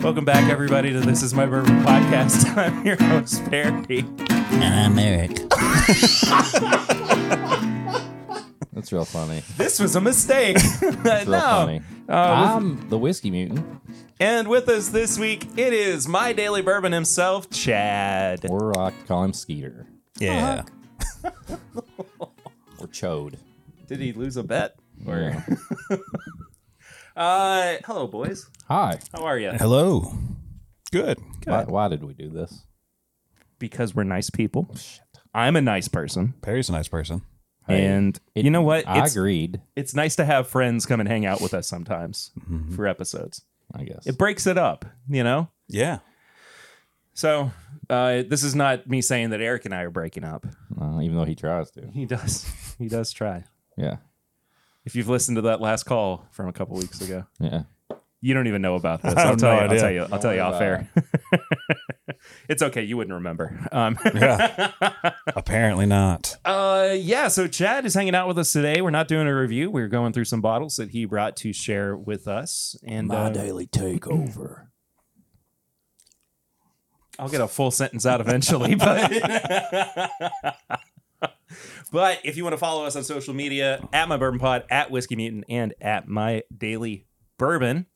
Welcome back, everybody, to This Is My Bourbon podcast. I'm your host, Perry. And I'm Eric. That's real funny. This was a mistake. It's real funny. Uh, I'm the whiskey mutant. and with us this week, it is my daily bourbon himself, Chad. Or I could call him Skeeter. Yeah. Or Chode. Did he lose a bet? Or Uh, hello, boys. Hi. How are you? Hello. Good. Why, why did we do this? Because we're nice people. I'm a nice person, Perry's a nice person. Hey, and it- you know what? I It's, agreed, it's nice to have friends come and hang out with us sometimes for episodes. I guess. It breaks it up, you know. Yeah. So uh, this is not me saying that Eric and I are breaking up. Uh, even though he tries to. He does. He does try. Yeah. If you've listened to that last call from a couple weeks ago, Yeah. you don't even know about this. I I'll have tell, no you, I'll idea. tell you. I'll tell you worry off air. it's okay. You wouldn't remember. Um, Yeah. Apparently not. uh, yeah. So Chad is hanging out with us today. We're not doing a review. We're going through some bottles that he brought to share with us, and uh, daily takeover. I'll get a full sentence out eventually, but but if you want to follow us on social media, at my bourbon pod, at whiskey mutant, and at my daily bourbon.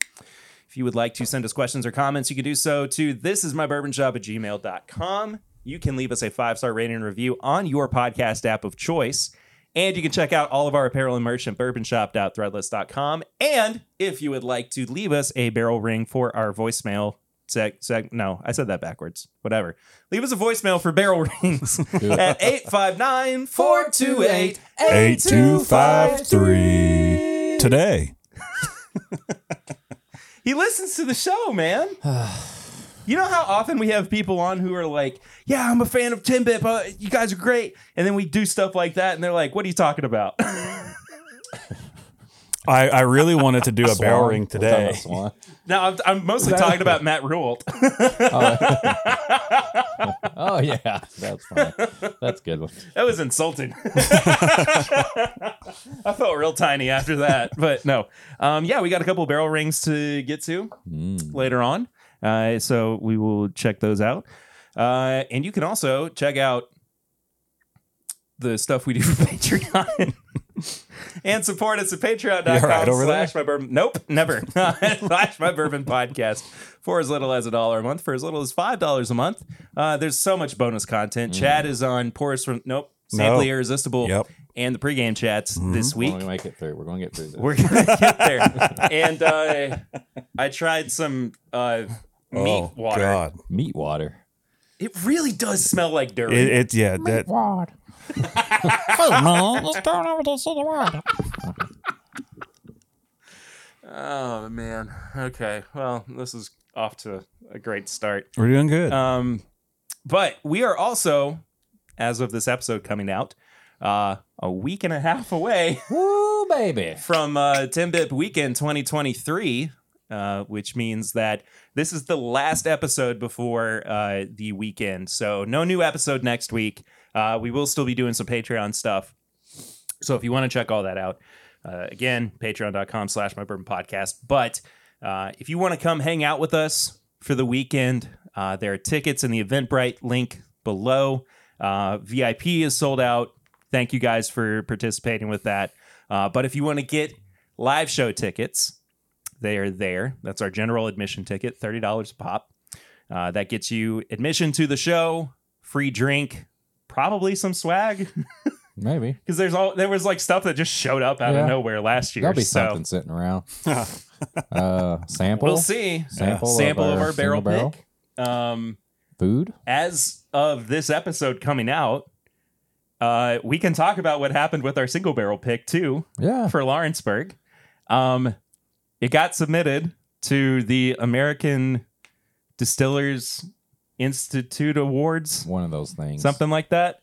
If you would like to send us questions or comments, you can do so to this is my bourbon job at gmail.com. You can leave us a five star rating and review on your podcast app of choice. And you can check out all of our apparel and merch at bourbonshop.threadless.com. And if you would like to leave us a barrel ring for our voicemail seg, seg no, I said that backwards. Whatever. Leave us a voicemail for barrel rings at 859 428 8253. Today. He listens to the show, man. you know how often we have people on who are like, "Yeah, I'm a fan of Timbit, but you guys are great," and then we do stuff like that, and they're like, "What are you talking about?" I, I really wanted to do a barrel ring We're talking today. about Swan. now I'm, I'm mostly talking about Matt Rule. Oh, yeah. That's fine. That's a good one. that was insulting. I felt real tiny after that, but no. Um, yeah, we got a couple barrel rings to get to Hmm. later on, uh, so we will check those out. Uh, and you can also check out the stuff we do for Patreon. And support us at patreon.com You all right over there? slash my bourbon. Nope, never. slash my bourbon podcast for as little as a dollar a month, for as little as five dollars a month. Uh, there's so much bonus content. Chad is on Porous from Nope, Simply No. Irresistible, Mm. Yep. Mm-hmm. and the pregame chats this We're week. going to make it through. We're going to get through this. We're gonna get there. and uh, I tried some uh, meat oh, water. God. Meat water. It really does smell like dirt. It, it yeah, that Water. oh man. Okay. Well, this is off to a great start. we're doing good. Um, but we are also, as of this episode coming out, uh, a week and a half away Woo, baby. from uh, Timbip Weekend 2023, uh, which means that this is the last episode before uh, the weekend. So, no new episode next week. Uh, we will still be doing some Patreon stuff. So, if you want to check all that out, uh, again, patreon.com slash my bourbon podcast. But uh, if you want to come hang out with us for the weekend, uh, there are tickets in the Eventbrite link below. Uh, VIP is sold out. Thank you guys for participating with that. Uh, but if you want to get live show tickets, they are there. That's our general admission ticket, $30 a pop. Uh, that gets you admission to the show, free drink, probably some swag Maybe. because there's all there was like stuff that just showed up out Yeah. of nowhere last year. There'll be so something sitting around. uh, sample. we'll see. Sample, Sample of our single barrel, pick. Um, Food. as of this episode coming out, uh, we can talk about what happened with our single barrel pick too. Yeah. for Lawrenceburg. Um, it got submitted to the American Distillers Institute Awards, One of those things. something like that,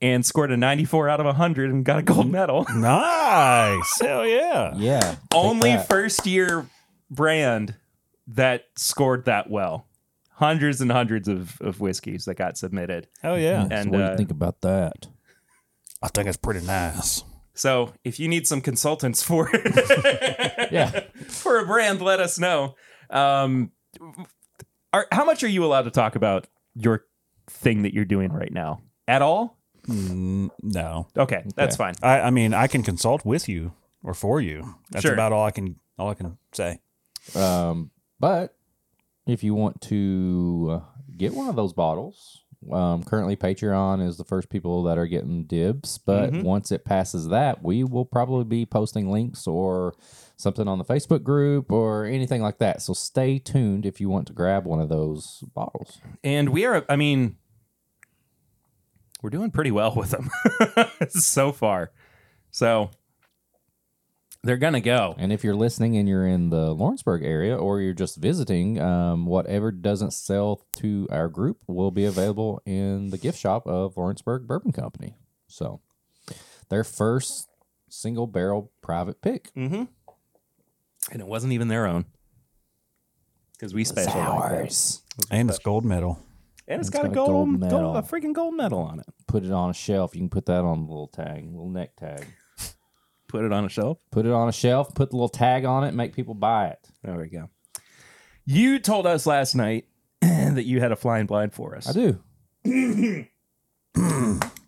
and scored a 94 out of 100 and got a gold medal. nice. Hell yeah. Yeah. take Only that. first year brand that scored that well. Hundreds and hundreds of, of whiskeys that got submitted. Hell yeah. So and, what do uh, you think about that? I think it's pretty nice. So if you need some consultants for Yeah. for a brand, let us know. Um, Are, how much are you allowed to talk about your thing that you're doing right now? At all? Mm, no, Okay, that's fine. I, I mean I can consult with you or for you. That's Sure. about all I can all I can say. Um, but if you want to uh, get one of those bottles, um, currently Patreon is the first people that are getting dibs. But Mhm. once it passes that, we will probably be posting links or something on the Facebook group or anything like that. So stay tuned if you want to grab one of those bottles. And we are, I mean, we're doing pretty well with them so far. So they're going to go. And if you're listening and you're in the Lawrenceburg area or you're just visiting, um, whatever doesn't sell to our group will be available in the gift shop of Lawrenceburg Bourbon Company. So, their first single barrel private pick. Mm-hmm. And it wasn't even their own because we special. like that. And it's gold medal. And It's it's got, a gold, gold, a freaking gold medal on it. Put it on a shelf. You can put that on a little tag, little neck tag. Put it on a shelf. Put it on a shelf. Put the little tag on it. Make people buy it. There we go. You told us last night that you had a flying blind for us. I do.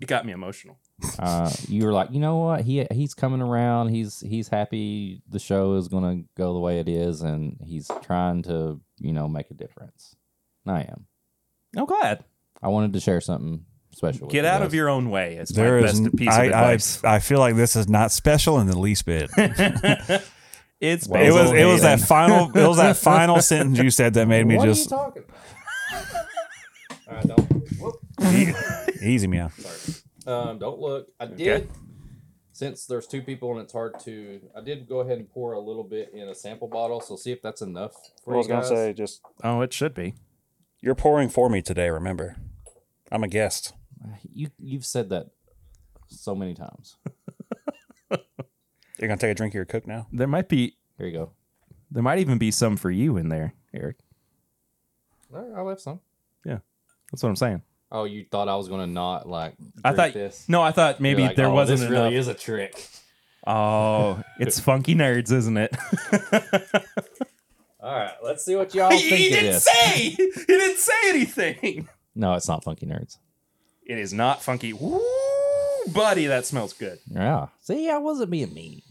It got me emotional. uh, you were like, you know what? He he's coming around. He's he's happy. The show is gonna go the way it is, and he's trying to you know make a difference. And I am. I'm Oh, glad. I wanted to share something special. with Get you out guys. of your own way. It's There my is. best n- piece of I, I, advice. I feel like this is not special in the least bit. it's Well, it was. It Hayden. was that final. It was that final sentence you said that made me What just Are you talking about? All right, don't, whoop, easy, man. um, don't look. I did. Since there's two people and it's hard to, I did go ahead and pour a little bit in a sample bottle. So see if that's enough for you guys. just Oh, it should be. you're pouring for me today. Remember, I'm a guest. You you've said that so many times. You're gonna take a drink of your cook now. There might be. Here you go. There might even be some for you in there, Eric. All right, I left some. That's what I'm saying. Oh, you thought I was gonna not like? I drink thought. this? No, I thought You're maybe like, there "Oh, wasn't This enough. really is a trick. Oh, it's funky nerds, isn't it? All right, let's see what y'all think it is. say. He didn't say anything. no, it's not funky nerds. It is not funky. Woo, buddy, that smells good. Yeah. See, I wasn't being mean.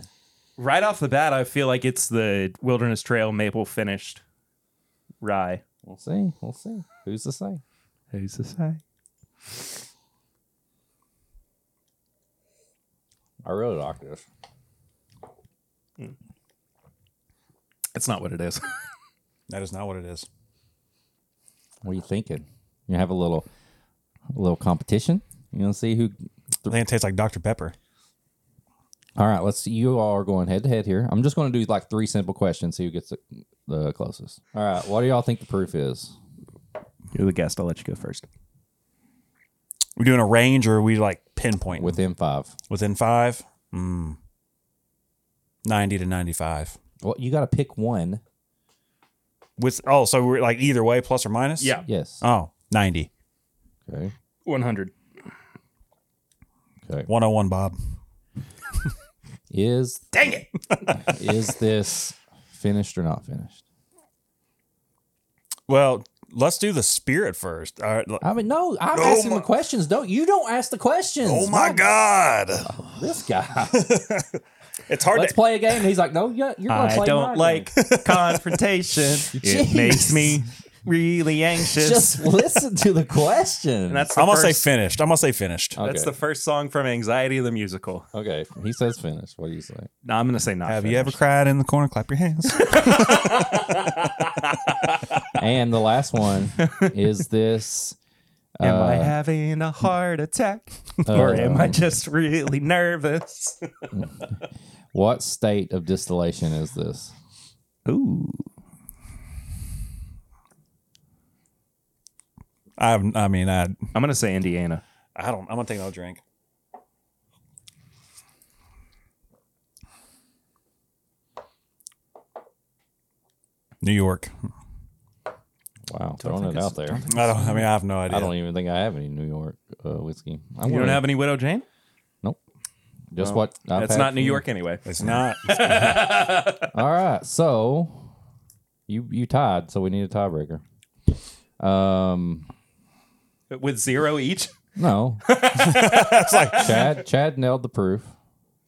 Right off the bat, I feel like it's the Wilderness Trail maple finished rye. We'll see. We'll see. Who's to say? Who's to say? I really like this. It's not what it is. That is not what it is. What are you thinking? You have a little, a little competition. You gonna see who? I think it tastes like Dr Pepper. All right, let's. You all are going head to head here. I'm just gonna do like three simple questions. See who gets the, the closest. All right. What do y'all think the proof is? You're the guest. I'll let you go first. We're doing a range, or are we like pinpoint Within five. within five. Mm. Ninety to ninety-five. Well, you got to pick one. With oh, so we're like either way, plus or minus. Yeah, Yes. Oh, 90. Okay. 100. Okay. 101, Bob. Is Dang it. is this finished or not finished? Well, let's do the spirit first. All right. I mean, no, I'm Oh asking my- the questions. Don't you don't ask the questions. Oh my God. This guy. It's hard Let's to. play a game. He's like, no, you're, you're gonna play I my don't game. like confrontation. Jeez. It makes me really anxious. Just listen to the question. and that's the I'm going to say first, Oh, finished. I'm going to say finished. okay. that's the first song from Anxiety the Musical. okay. He says finished. What do you say? No, I'm gonna say not. Have you ever cried in the corner? Clap your hands. And the last one is this. Am I uh, having a heart attack? or am I um, just really nervous? What state of distillation is this? Ooh. I, I mean, I, I'm gonna say Indiana. I don't. I'm going to take no drink. New York. Wow, throwing think it it's- out there. I don't. I mean, I have no idea. I don't even think I have any New York uh, whiskey. I'm You don't have any Widow Jane? just what I've That's had not Hmm. New from- York anyway. It's not. All right, so you you tied, so we need a tiebreaker. Um, with zero each. no, That's like Chad Chad nailed the proof.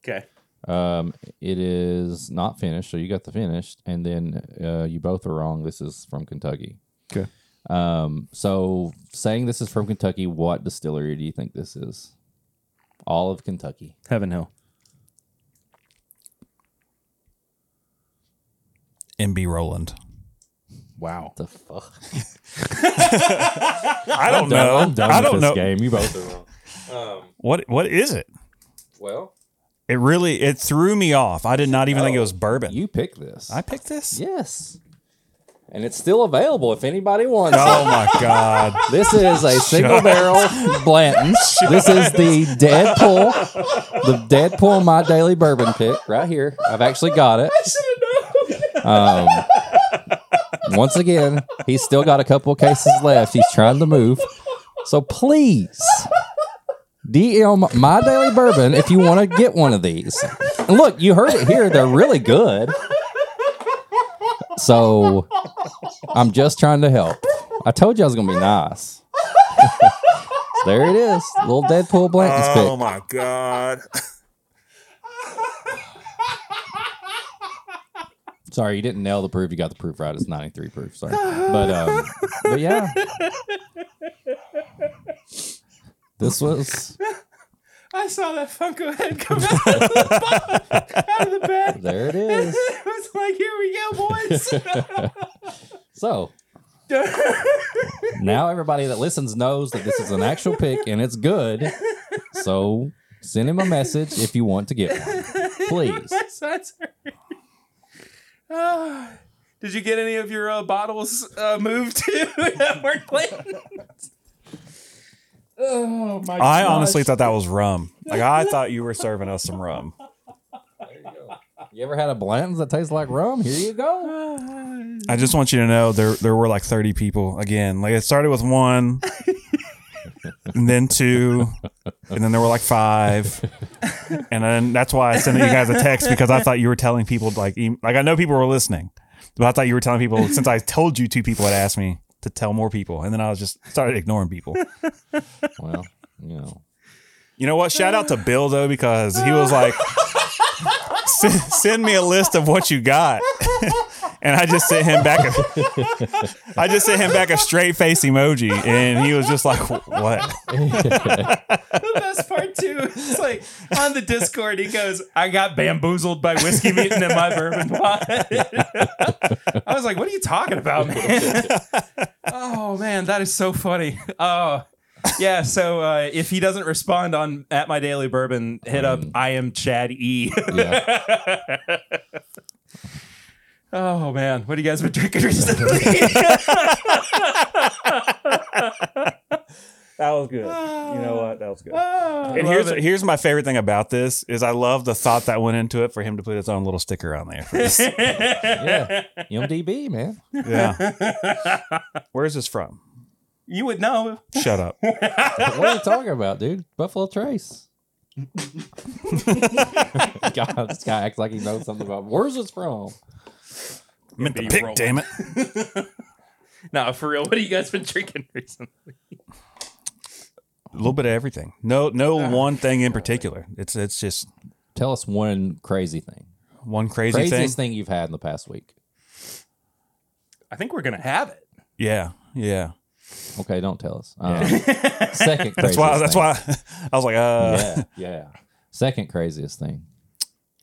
Okay. Um, it is not finished, so you got the finished, and then uh, you both are wrong. This is from Kentucky. Okay. Um, so saying this is from Kentucky, what distillery do you think this is? All of Kentucky. Heaven Hill. MB Roland. Wow. The fuck. I don't know. I'm done I with don't this know game. You both are wrong. what what is it. Well, It really it threw me off. I did not even think it was bourbon. Oh, you picked this. I picked this. yes. And it's still available if anybody wants. it. Oh my god! This is a single barrel Blanton. This is the Deadpool, the Deadpool My Daily Bourbon pick right here. I've actually got it. Um, once again, he's still got a couple of cases left. He's trying to move. So please DM My Daily Bourbon if you want to get one of these. And look, you heard it here. They're really good. So I'm just trying to help. I told you I was gonna be nice. there it is, little Deadpool Blanton's Oh pick. my god! Sorry, you didn't nail the proof. You got the proof right. It's 93 proof. Sorry, but um, but yeah, this was I saw that Funko head come out of the, box, out of the bag. there. It is. It was like, here we go, boys. So now everybody that listens knows that this is an actual pick and it's good. So send him a message if you want to get one, please. My sides hurt. Ah. Did you get any of your uh, bottles uh, moved to that weren't playing? oh my! I gosh. honestly thought that was rum. Like I thought you were serving us some rum. You ever had a Blanton's that tastes like rum? Here you go. I just want you to know there there were like thirty people again. Like it started with one, and then two, and then there were like five, and then that's why I sent you guys a text because I thought you were telling people like em- like I know people were listening, but I thought you were telling people since I told you two people had asked me to tell more people, and then I was just started ignoring people. Well, you know. You know what? Shout out to Bill though because he was like, "Send- "Send me a list of what you got," and I just sent him back. A, I just sent him back a straight face emoji, and he was just like, "What?" the best part too is like on the Discord he goes, I got bamboozled by whiskey meeting in my bourbon pot. I was like, what are you talking about, man? oh man, that is so funny. Oh yeah, so uh, if he doesn't respond on at my daily bourbon, hit up I am Chad E. Yeah. oh man, what have you guys been drinking recently? That was good. You know what? That was good. oh, And love here's it. here's my favorite thing about this is I love the thought that went into it for him to put his own little sticker on there. For this. yeah. MDB, man. yeah. Where's this from? you would know. Shut up. What are you talking about, dude? Buffalo Trace. God, this guy acts like he knows something about. Where's this from? Meant to Be pick, rolling. damn it. No, for real. What have you guys been drinking recently? A little bit of everything. No, no Uh-huh. one thing in particular. It's it's just Tell us one crazy thing. one crazy thing. Craziest thing? you've had in the past week. I think we're gonna have it. Yeah, yeah. Okay, don't tell us. Um, second. That's why. That's why I was like, uh, Yeah, yeah. Second craziest thing.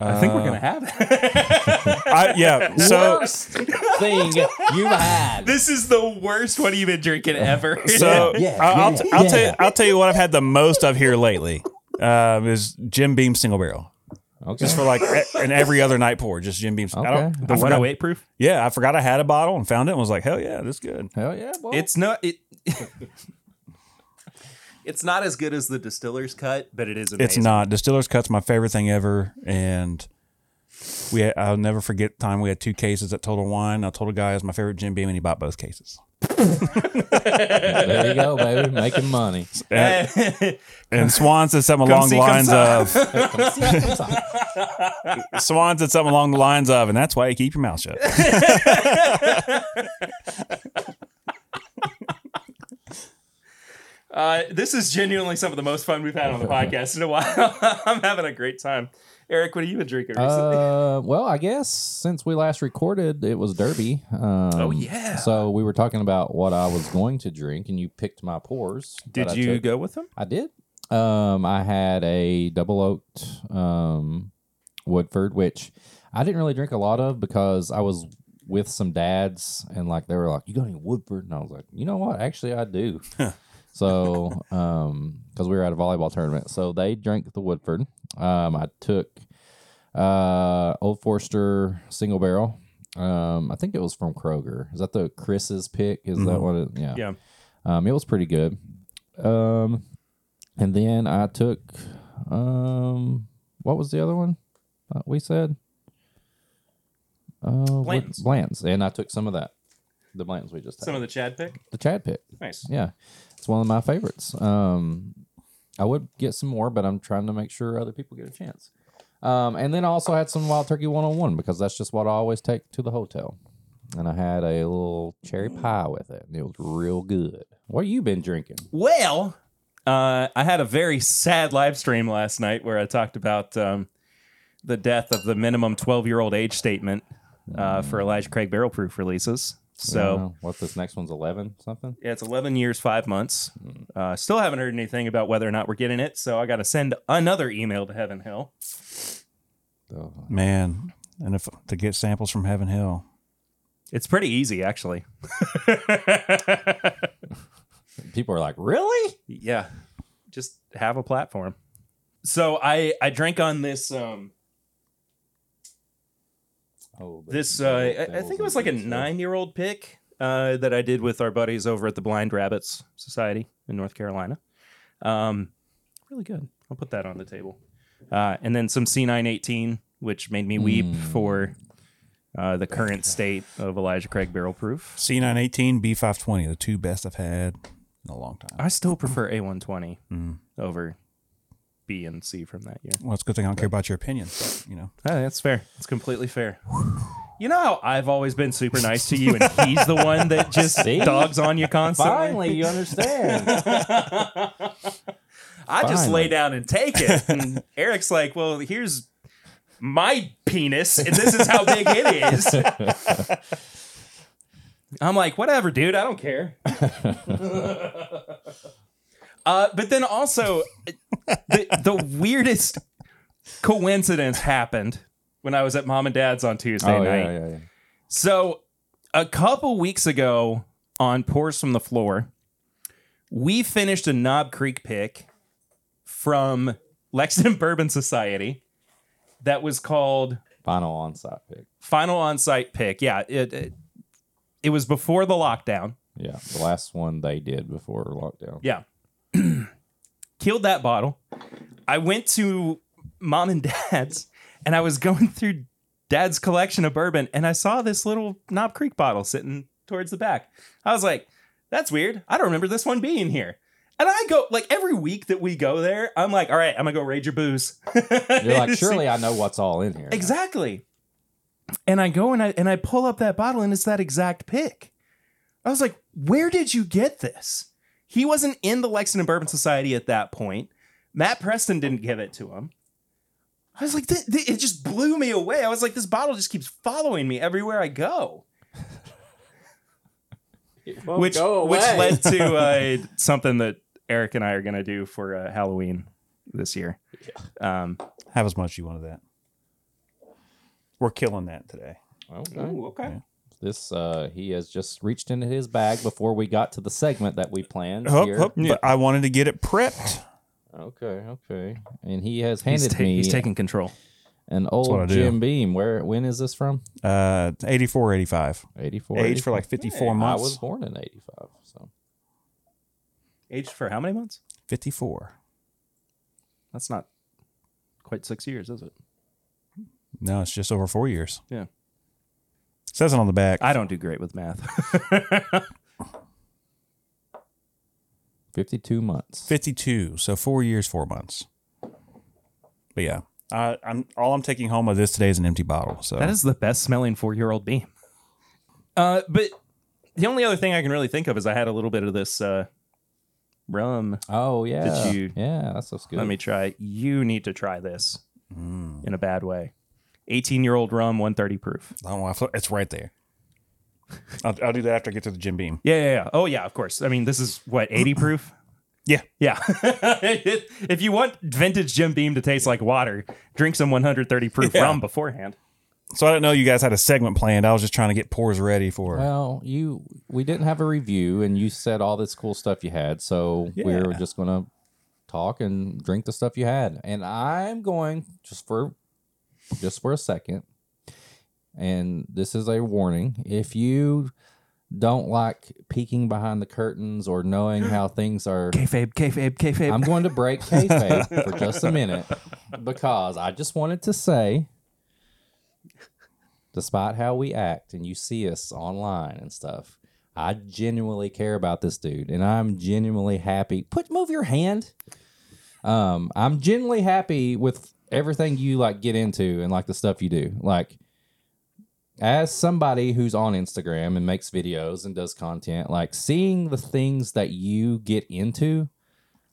I think Uh, we're gonna have it. I, yeah. So, Worst thing you've had. this is the worst one you've been drinking ever. so Yeah, I- I'll, yeah, I'll yeah. tell you. I'll tell you what I've had the most of here lately um, is Jim Beam single barrel. Okay. Just for like e- an every other night pour, just Jim Beam. I don't, I Okay. the forgot- 108 proof. yeah, I forgot I had a bottle and found it and was like, hell yeah, this is good. Hell yeah, boy. It's not it. it's not as good as the distiller's cut, but it is amazing. It's not Distiller's Cut's my favorite thing ever, and we had, I'll never forget the time we had two cases at Total Wine. I told a guy it's my favorite Jim Beam, and he bought both cases. there you go, baby. Making money. And, and Swan said something Come along see, the come lines saw. of. Swan said something along the lines of, and that's why you keep your mouth shut. Uh, this is genuinely some of the most fun we've had on the podcast in a while. I'm having a great time. Eric, what have you been drinking recently? Uh, well, I guess since we last recorded, it was Derby. Um, Oh, yeah. So we were talking about what I was going to drink, and you picked my pours. that Did I you took. go with them? I did. Um, I had a double oaked um, Woodford, which I didn't really drink a lot of because I was with some dads and like they were like, "You got any Woodford?" And I was like, "You know what? Actually, I do." so, um, because we were at a volleyball tournament, so they drank the Woodford. Um, I took uh Old Forster single barrel. Um, I think it was from Kroger. Is that the Chris's pick? Is that what? It, yeah. Mm-hmm. Yeah. Um, it was pretty good. Um, and then I took, um, what was the other one that we said? Uh, what- Blanton's. Blanton's. And I took some of that. The Blanton's we just had. Some of the Chad pick. the Chad pick. Nice. Yeah. It's one of my favorites. Um, I would get some more, but I'm trying to make sure other people get a chance. Um, and then I also had some Wild Turkey 101 because that's just what I always take to the hotel. And I had a little cherry pie with it, and it was real good. What you been drinking? Well, uh, I had a very sad live stream last night where I talked about um, the death of the minimum 12 year old age statement uh, for Elijah Craig barrel proof releases. So. Uh, what this next one's 11 something? Yeah, it's 11 years, five months. Uh, still haven't heard anything about whether or not we're getting it. So I got to send another email to Heaven Hill. Oh, Man, and if to get samples from Heaven Hill. It's pretty easy, actually. people are like, really? yeah, just have a platform. So I I drank on this um Oh, but this they will- uh I, they I will think it was do like a this, yeah. nine year old pick uh that I did with our buddies over at the Blind Rabbits Society in North Carolina. Um, really good. I'll put that on the table. Uh, and then some C918, which made me weep Hmm. for uh, the current state of Elijah Craig barrel proof. C918, B520, the two best I've had in a long time. I still prefer A120 Hmm. over B and C from that year. Well, it's a good thing I don't care about your opinion, but, you know. Oh, that's fair. It's completely fair. You know how I've always been super nice to you, and he's the one that just See? dogs on you constantly. Finally, you understand. Oh, I just Finally. lay down and take it. And Eric's like, well, here's my penis, and this is how big it is. I'm like, whatever, dude. I don't care. uh, but then also, the, the weirdest coincidence happened when I was at mom and dad's on Tuesday oh, night. yeah, yeah, yeah. So, a couple weeks ago on Pours from the Floor, we finished a Knob Creek pick from Lexington Bourbon Society that was called Final onside pick. Final On Site Pick. Yeah, it, it it was before the lockdown. Yeah, the last one they did before lockdown. Yeah. Killed that bottle. I went to mom and dad's and I was going through dad's collection of bourbon and I saw this little Knob Creek bottle sitting towards the back. I was like, that's weird. I don't remember this one being here. And I go, like, every week that we go there, I'm like, all right, I'm going to go raid your booze. You're like, surely I know what's all in here. now." Exactly. And I go and I and I pull up that bottle and it's that exact pick. I was like, where did you get this? He wasn't in the Lexington Bourbon Society at that point. Matt Preston didn't give it to him. I was like, th- th- it just blew me away. I was like, this bottle just keeps following me everywhere I go. which which led to uh, something that Eric and I are gonna do for uh, Halloween this year. Um, Have as much as you want of that. We're killing that today. Okay. Oh, okay. This uh, he has just reached into his bag before we got to the segment that we planned. Hup, here. hup, but I wanted to get it prepped. Okay, okay. And he has He's, handed ta- me he's taking control. an what I old do. Jim Beam. Where when is this from? Uh, 84, 85. 84. Age for like 54 I months. was born in 85, so Aged for how many months? 54. That's not quite six years, is it? No, it's just over four years. Yeah. Says it on the back. I don't do great with math. 52 months. 52 so four years four months but yeah I, i'm all i'm taking home of this today is an empty bottle so that is the best smelling four year old beam. Uh, but the only other thing I can really think of is I had a little bit of this uh, rum. Oh yeah, you- yeah, that stuff's good. Let me try. You need to try this in a bad way. 18 year old rum, 130 proof. I don't want to. It's right there. I'll, I'll do that after I get to the gym beam. Yeah, yeah, yeah. Oh, yeah, of course. I mean, this is what, 80 proof? Yeah. Yeah. if you want vintage Jim Beam to taste like water, drink some 130 proof Yeah. rum beforehand. So I didn't know you guys had a segment planned. I was just trying to get pours ready for. Well, you we didn't have a review, and you said all this cool stuff you had, so we were Yeah. just gonna talk and drink the stuff you had. And I'm going just for just for a second, and this is a warning: if you don't like peeking behind the curtains or knowing how things are Kayfabe, kayfabe, kayfabe. I'm going to break kayfabe for just a minute because I just wanted to say, despite how we act and you see us online and stuff, I genuinely care about this dude and I'm genuinely happy. Put move your hand. Um, I'm genuinely happy with everything you like get into and like the stuff you do. Like as somebody who's on Instagram and makes videos and does content, like seeing the things that you get into,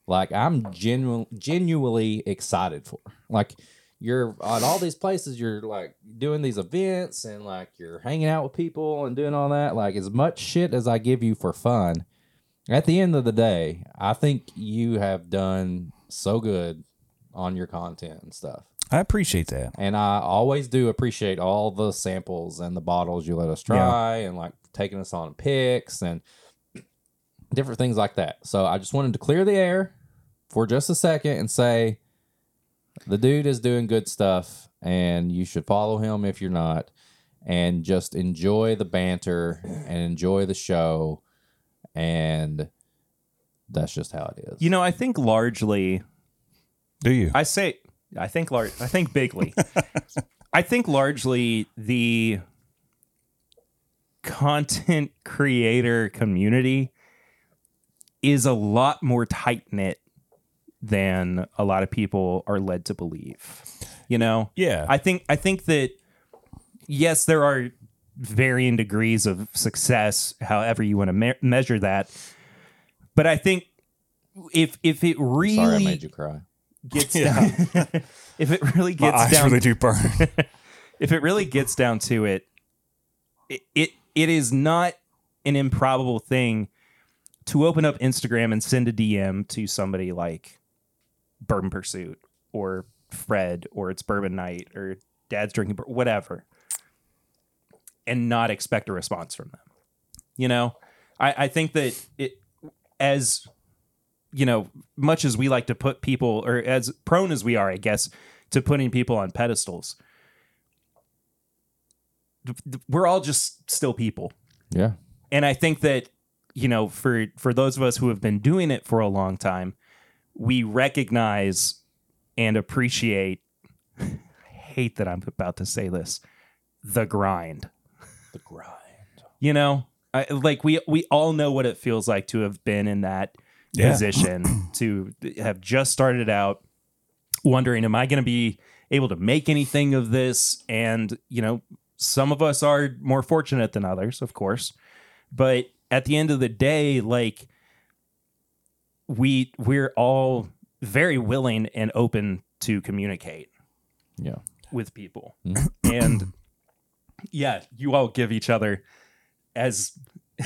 like I'm genu- genuinely excited for. Like you're on all these places, you're like doing these events and like you're hanging out with people and doing all that. Like as much shit as I give you for fun, at the end of the day, I think you have done so good on your content and stuff. I appreciate that. And I always do appreciate all the samples and the bottles you let us try and like taking us on picks and different things like that. So I just wanted to clear the air for just a second and say the dude is doing good stuff and you should follow him if you're not and just enjoy the banter and enjoy the show and that's just how it is. you know, I think largely Do you? I say I think large I think bigly. I think largely the content creator community is a lot more tight knit than a lot of people are led to believe. You know? yeah. I think I think that yes, there are varying degrees of success, however you want to me- measure that. But I think if if it really Sorry I made you cry. gets Yeah. down if it really My gets eyes down really do burn. if it really gets down to it, it it it is not an improbable thing to open up Instagram and send a DM to somebody like Bourbon Pursuit or Fred or it's Bourbon Night or Dad's drinking Bur- whatever, and not expect a response from them. You know, I, I think that it as you know, much as we like to put people or as prone as we are, I guess, to putting people on pedestals, th- th- we're all just still people Yeah. and i think that you know for for those of us who have been doing it for a long time we recognize and appreciate I hate that i'm about to say this the grind The grind. you know I, like we we all know what it feels like to have been in that Yeah. position to have just started out wondering am i going to be able to make anything of this and you know some of us are more fortunate than others of course but at the end of the day like we we're all very willing and open to communicate Yeah. with people Mhm. Mm-hmm. and yeah you all give each other as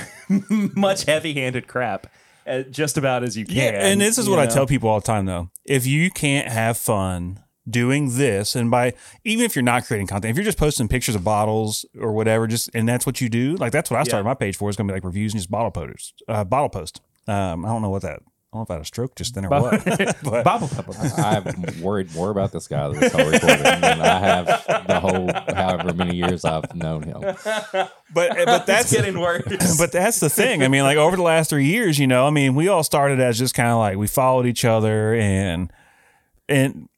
much heavy-handed crap uh, just about as you can Yeah, and this is you what I know? tell people all the time though. If you can't have fun doing this and by even if you're not creating content, if you're just posting pictures of bottles or whatever, just and that's what you do, like that's what I started Yeah. my page for. It's gonna be like reviews and just bottle posters. Uh, bottle post. Um, I don't know what that I don't know if I had a stroke just then or what. but Bobble pepper. I'm worried more about this guy this whole recording than I have the whole however many years I've known him. but but That's that's getting worse. but that's the thing. I mean, like over the last three years, you know, I mean, we all started as just kind of like we followed each other and and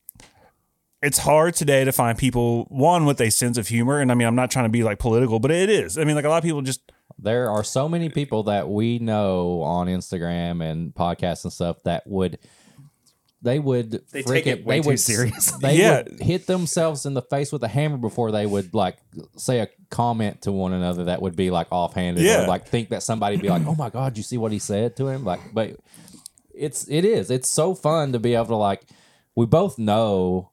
it's hard today to find people one with a sense of humor. And I mean, I'm not trying to be like political, but it is. I mean, like a lot of people just There are so many people that we know on Instagram and podcasts and stuff that would they would They take it way they too would serious. They Yeah. would hit themselves in the face with a hammer before they would like say a comment to one another that would be like offhanded Yeah. or like think that somebody'd be like, "Oh my god, you see what he said to him?" Like, but it's it is. It's so fun to be able to like we both know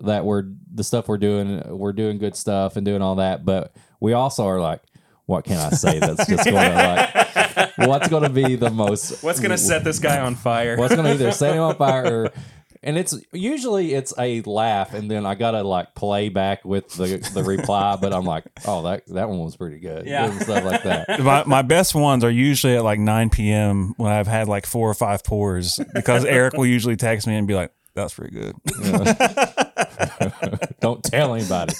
that we're the stuff we're doing we're doing good stuff and doing all that, but we also are like, what can I say that's just gonna like what's gonna be the most What's gonna set this guy on fire? what's gonna either set him on fire or and it's usually it's a laugh and then I gotta like play back with the the reply, but I'm like, Oh that that one was pretty good. Yeah. And stuff like that. my, my best ones are usually at like 9 p.m. when I've had like four or five pours because Eric will usually text me and be like, that's pretty good. Don't tell anybody.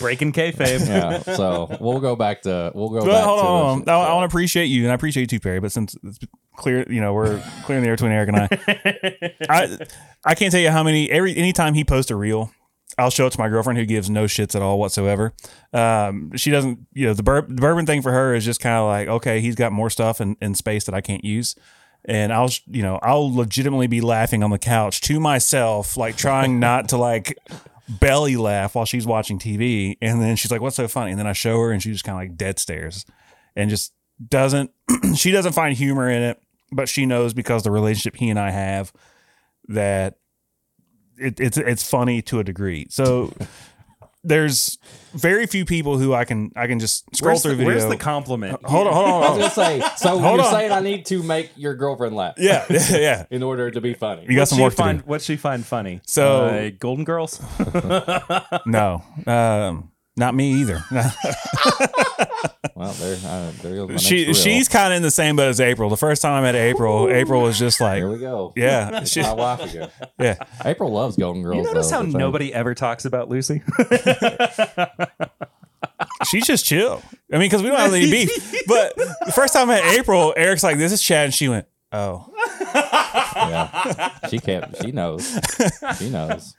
breaking kayfabe? Yeah. So we'll go back to we'll go Well, back hold to. on. the- hold on. I, I want to appreciate you, and I appreciate you too, Perry. But since it's clear, you know, we're clearing the air between Eric and I. I I can't tell you how many every anytime he posts a reel, I'll show it to my girlfriend who gives no shits at all whatsoever. Um, she doesn't, you know, the, bur- the bourbon thing for her is just kind of like, okay, he's got more stuff in, in space that I can't use. And I'll, sh- you know, I'll legitimately be laughing on the couch to myself, like trying not to like belly laugh while she's watching TV. And then she's like, what's so funny? And then I show her and she just kind of like dead stares and just doesn't she doesn't find humor in it but she knows because the relationship he and i have that it, it's it's funny to a degree so there's very few people who i can i can just scroll Where's, through the, video where's the compliment? hold on hold on, I hold was on. gonna say. So Hold you're on. saying I need to make your girlfriend laugh yeah yeah yeah in order to be funny. you got some She work find, to What's she find funny? So- Uh, Golden Girls. do no um not me either Well, there, uh, there goes my next she reel. she's kind of in the same boat as april the first time i met april april was just like Here we go. yeah It's she- my wife again. yeah April loves Golden Girls. You notice though, how which I- nobody ever talks about Lucy? She's just chill. I mean, because we don't have any beef. But the first time I met April, Eric's like, "This is Chad," and she went, "Oh, yeah. She can't. She knows. She knows.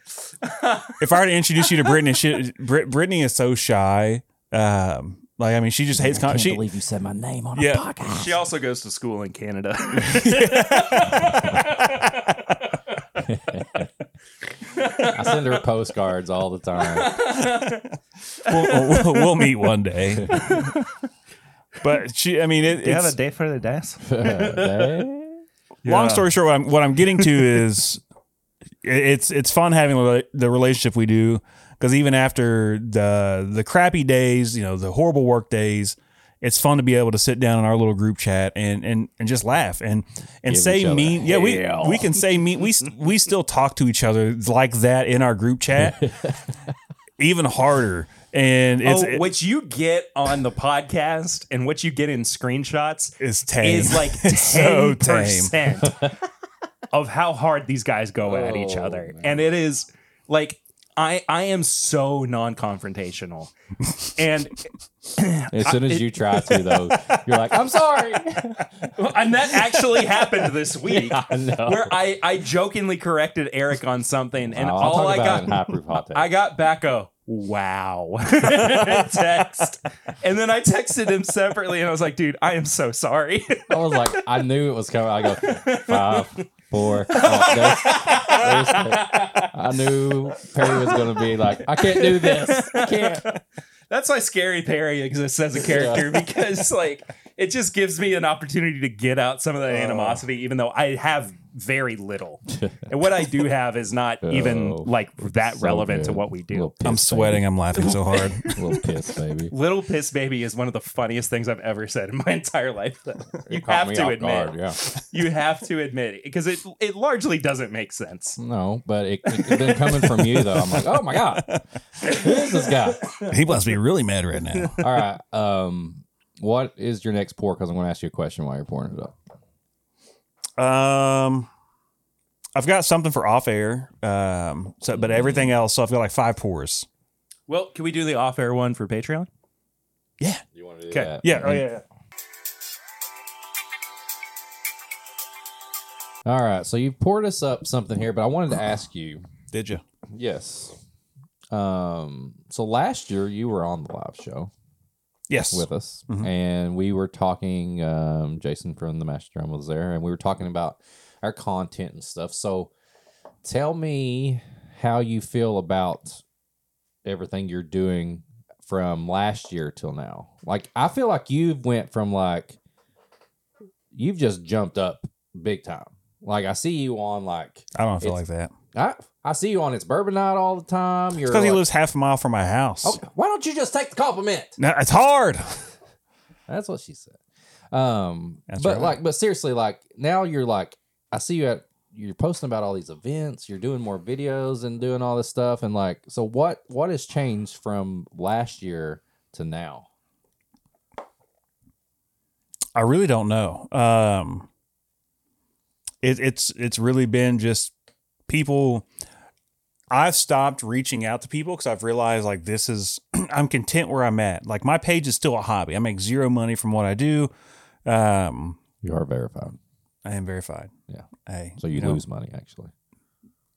if I were to introduce you to Brittany, she, Brit, Brittany is so shy. Um, like, I mean, she just hates. Con- she, you said my name on Yeah. podcast. she also goes to school in Canada. I send her postcards all the time. we'll, we'll, we'll meet one day. But she, I mean, it, it's day for the dance? They- long story short. What I'm what I'm getting to is, it- it's it's fun having the- the relationship we do because even after the the crappy days, you know, the horrible work days, it's fun to be able to sit down in our little group chat and and and just laugh and and Give each say other mean. Yeah, we hell. we can say mean. We st- we still talk to each other like that in our group chat, even harder. And it's Oh, it- what you get on the podcast and what you get in screenshots it's tame. is like ten so tame. percent of how hard these guys go at each other, and it is like I I am so non-confrontational, and As soon as you try to, though, you're like, "I'm sorry." and that actually happened this week. I know. Where I, I jokingly corrected Eric on something, and I'll all I talk Oh, about got it in high proof hot Take. I got back a wow text. And then I texted him separately and I was like, dude, I am so sorry. I was like, I knew it was coming. I go five, four. oh, there's- there's the- I knew Perry was going to be like, I can't do this. I can't. That's why Scary Perry exists as a character because, like, it just gives me an opportunity to get out some of Oh. that animosity, even though I have very little. and what I do have is not even, Oh, like, that So relevant to good. what we do. Little I'm piss, sweating. I'm laughing so hard. baby. Little piss, baby. Little Piss Baby is one of the funniest things I've ever said in my entire life. though. You Caught have me to off admit. guard, yeah. You have to admit because it it largely doesn't make sense. No, but it, it, it been coming from you though. I'm like, oh my god, who is this guy? he must be really mad right now. All right. Um, what is your next pour? Because I'm going to ask you a question while you're pouring it up. Um, I've got something for off air. Um, so but everything else, so I've got like five pours. Well, can we do the off air one for Patreon? You want to do Okay. that? Yeah, oh, yeah, yeah. All right. So you poured us up something here, but I wanted to ask you. Did you? Yes. Um. So last year you were on the live show Yes. with us, Mhm. and we were talking. Um, Jason from the Master Drum was there, and we were talking about our content and stuff. So, tell me how you feel about everything you're doing from last year till now. Like, I feel like you've went from like you've just jumped up big time. Like I see you on like I don't feel It's- like that. I I see you on it's bourbon night all the time. You're Because he like, lives half a mile from my house. "Oh, why don't you just take the compliment? No, it's hard. That's what she said. Um, That's but right. like, but seriously, like now you're like, I see you at you're posting about all these events, you're doing more videos and doing all this stuff, and like, so what what has changed from last year to now? I really don't know. Um, it, it's it's really been just people. I've stopped reaching out to people because I've realized like this is I'm content where I'm at. Like my page is still a hobby. I make zero money from what I do. Um, You are verified, I am verified. Yeah. Hey, so you, know, lose money actually.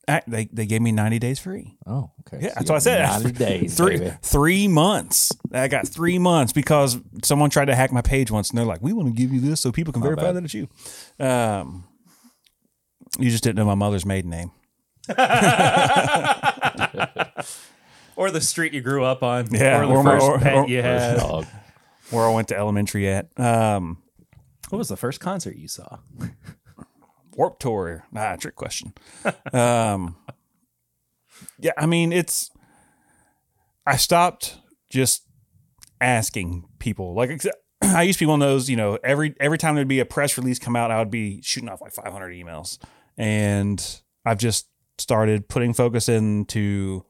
I- they they gave me 90 days free. Oh, okay. Yeah, So that's you what I said. have 90 days, three baby. three months. I got three months because someone tried to hack my page once, and they're like, "We want to give you this so people can verify bad. that it's you." Um, you just didn't know my mother's maiden name. or the street you grew up on, Yeah, or the or my- first or- pet or- you had. Dog. Where I went to elementary at. Um, What was the first concert you saw? Warp Tour. Ah, trick question. um, yeah, I mean, it's. I stopped just asking people. Like ex- I used to be one of those, you know, every every time there'd be a press release come out, I would be shooting off like 500 emails, and I've just started putting focus into.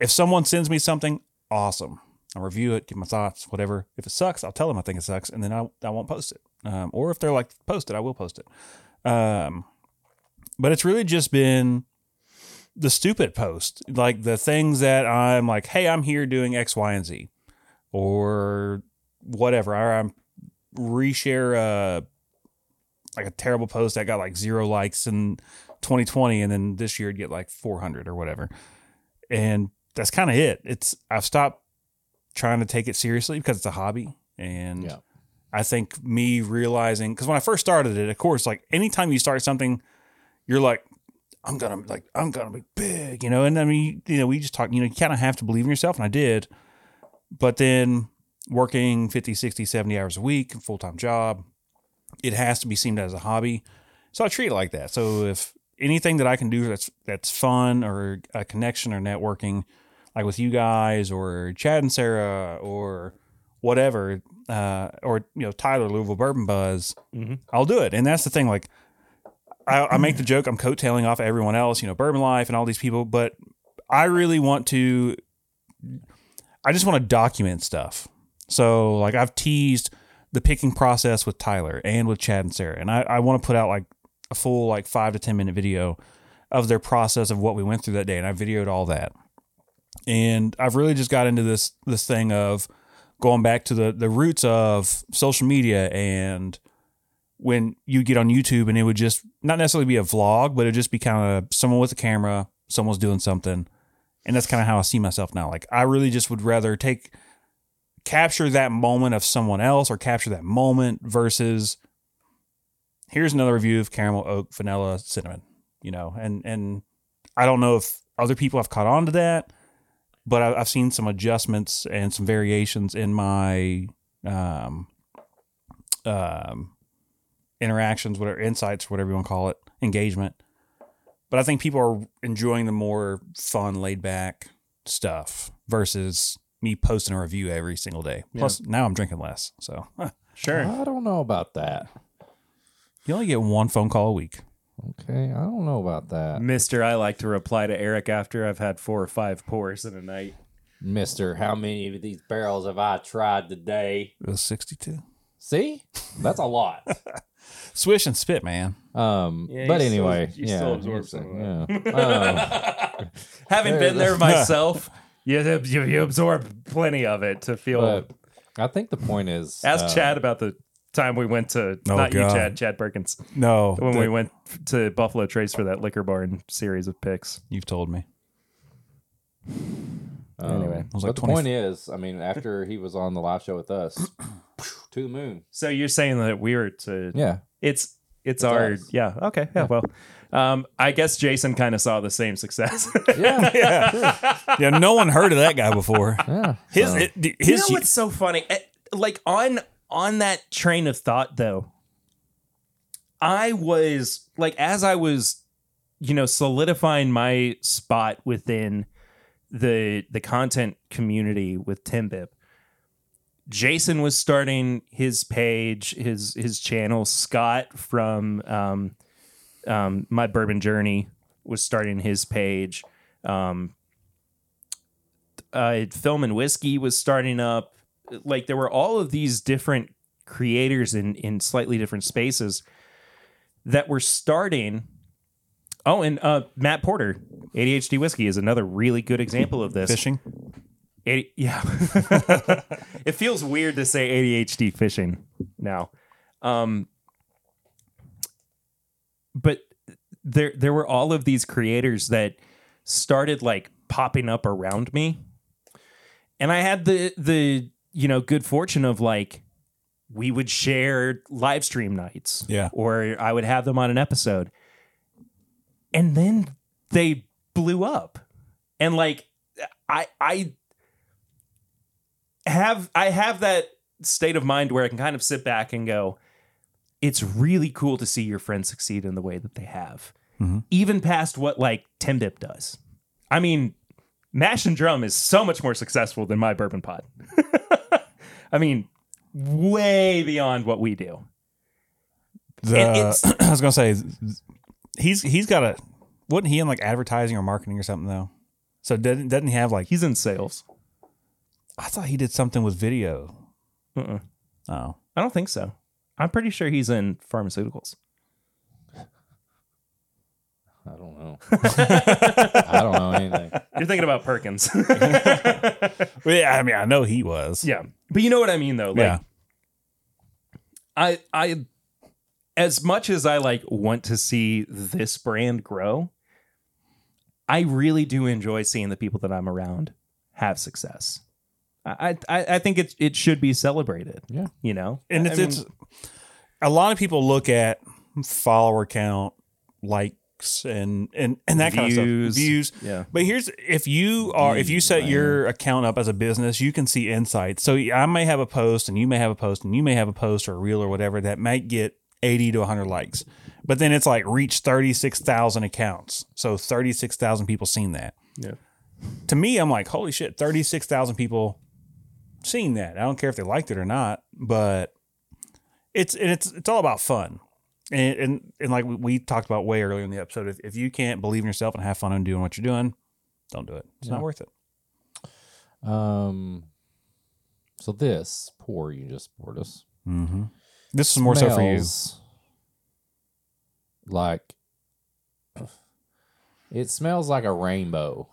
If someone sends me something, awesome. I'll review it, give my thoughts, whatever. If it sucks, I'll tell them I think it sucks, and then I, I won't post it. Um, or if they're like, post it, I will post it. Um, but it's really just been the stupid post, like the things that I'm like, hey, I'm here doing X, Y, and Z, or whatever. Or I'm reshare uh like a terrible post that got like zero likes in 2020, and then this year it'd get like 400 or whatever. And that's kind of it. It's I've stopped trying to take it seriously because it's a hobby, and Yeah. I think me realizing because when I first started it, of course, like anytime you start something, you're like, I'm gonna like I'm gonna be big, you know. And I mean, you know, we just talk, you know, you kind of have to believe in yourself, and I did. But then working 50, 60, 70 hours a week, full time job, it has to be seen as a hobby. So I treat it like that. So if anything that I can do that's that's fun or a connection or networking, like with you guys or Chad and Sarah or whatever, uh, or you know Tyler Louisville Bourbon Buzz, Mhm. I'll do it. And that's the thing, like. I, I make the joke I'm coattailing off everyone else, you know, Bourbon Life and all these people, but I really want to. I just want to document stuff. So, like, I've teased the picking process with Tyler and with Chad and Sarah, and I, I want to put out like a full like five to ten minute video of their process of what we went through that day, and I videoed all that. And I've really just got into this this thing of going back to the the roots of social media and when you get on YouTube and it would just not necessarily be a vlog, but it'd just be kind of someone with a camera, someone's doing something. And that's kind of how I see myself now. Like I really just would rather take capture that moment of someone else or capture that moment versus here's another review of caramel, oak, vanilla, cinnamon, you know, and and I don't know if other people have caught on to that, but I, I've seen some adjustments and some variations in my um um interactions, whatever insights, whatever you want to call it, engagement. But I think people are enjoying the more fun, laid back stuff versus me posting a review every single day. Plus, now I'm drinking less, so huh. Sure. I don't know about that. you only get one phone call a week. Okay, I don't know about that, Mister, I like to reply to Eric after I've had four or five pours in a night. Mister. How many of these barrels have I tried today? It was 62. See, that's a lot. Swish and spit, man. Um, Yeah, but you still- anyway, you yeah, still absorb it's- some of yeah. Um, Having been there that's- myself, you, you you absorb plenty of it to feel. but I think the point is, Ask uh, Chad about the time we went to Oh, not you, God. Chad, Chad Perkins, No, when that- we went to Buffalo Trace for that liquor barn series of picks. you've told me. um, Anyway, it was but like the 20 point is, I mean, after he was on the live show with us, to the moon. So you're saying that we were to Yeah, it's it's our us. yeah okay yeah, well um i guess jason kind of saw the same success yeah, Yeah, yeah. No one heard of that guy before. yeah. His, So, it, his. you know what's so funny Eh, like on on that train of thought though I was like, as I was, you know, solidifying my spot within the the content community with Timbip, Jason was starting his page, his his channel. Scott from um, um, my Bourbon Journey was starting his page. Um, uh, Film and Whiskey was starting up. Like there were all of these different creators in in slightly different spaces that were starting. Oh, and uh, Matt Porter, ADHD Whiskey, is another really good example of this. Fishing. Eighty- yeah. it feels weird to say ADHD fishing now. Um, but there there were all of these creators that started like popping up around me. And I had the the you know good fortune of like we would share live stream nights. Yeah. Or I would have them on an episode. And then they blew up. And like I I have I have that state of mind where I can kind of sit back and go, it's really cool to see your friends succeed in the way that they have, Mhm. even past what like Timbip does. I mean, Mash and Drum is so much more successful than my Bourbon Pod. I mean, way beyond what we do. The, And it's- I was gonna say he's he's got a wasn't he in like advertising or marketing or something though? So doesn't doesn't he have like He's in sales. I thought he did something with video. Uh-uh. Oh. I don't think so. I'm pretty sure he's in pharmaceuticals. I don't know. I don't know anything. You're thinking about Perkins. Well, yeah, I mean I know he was. yeah. But you know what I mean though. Like yeah. I I as much as I like want to see this brand grow, I really do enjoy seeing the people that I'm around have success. I I, I think it it should be celebrated. Yeah. You know? and I- it's, I it's a lot of people look at follower count, likes, and and and that kind of Views. stuff, views. mean, yeah. But here's if you are if you set Views, your account up as a business, you can see insights. So I may have a post, and you may have a post, and you may have a post or a reel or whatever that might get eighty to hundred likes, but then it's like reach thirty six thousand accounts. So thirty six thousand people seen that. Yeah. To me, I'm like, holy shit, thirty six thousand people seen that. I don't care if they liked it or not, but it's and it's it's all about fun. And, and and like we talked about way earlier in the episode, if, if you can't believe in yourself and have fun and doing what you're doing, don't do it. It's Yeah. not worth it. Um, so this pour you just poured us. Mm-hmm. This is more so for you. smells Like it smells like a rainbow.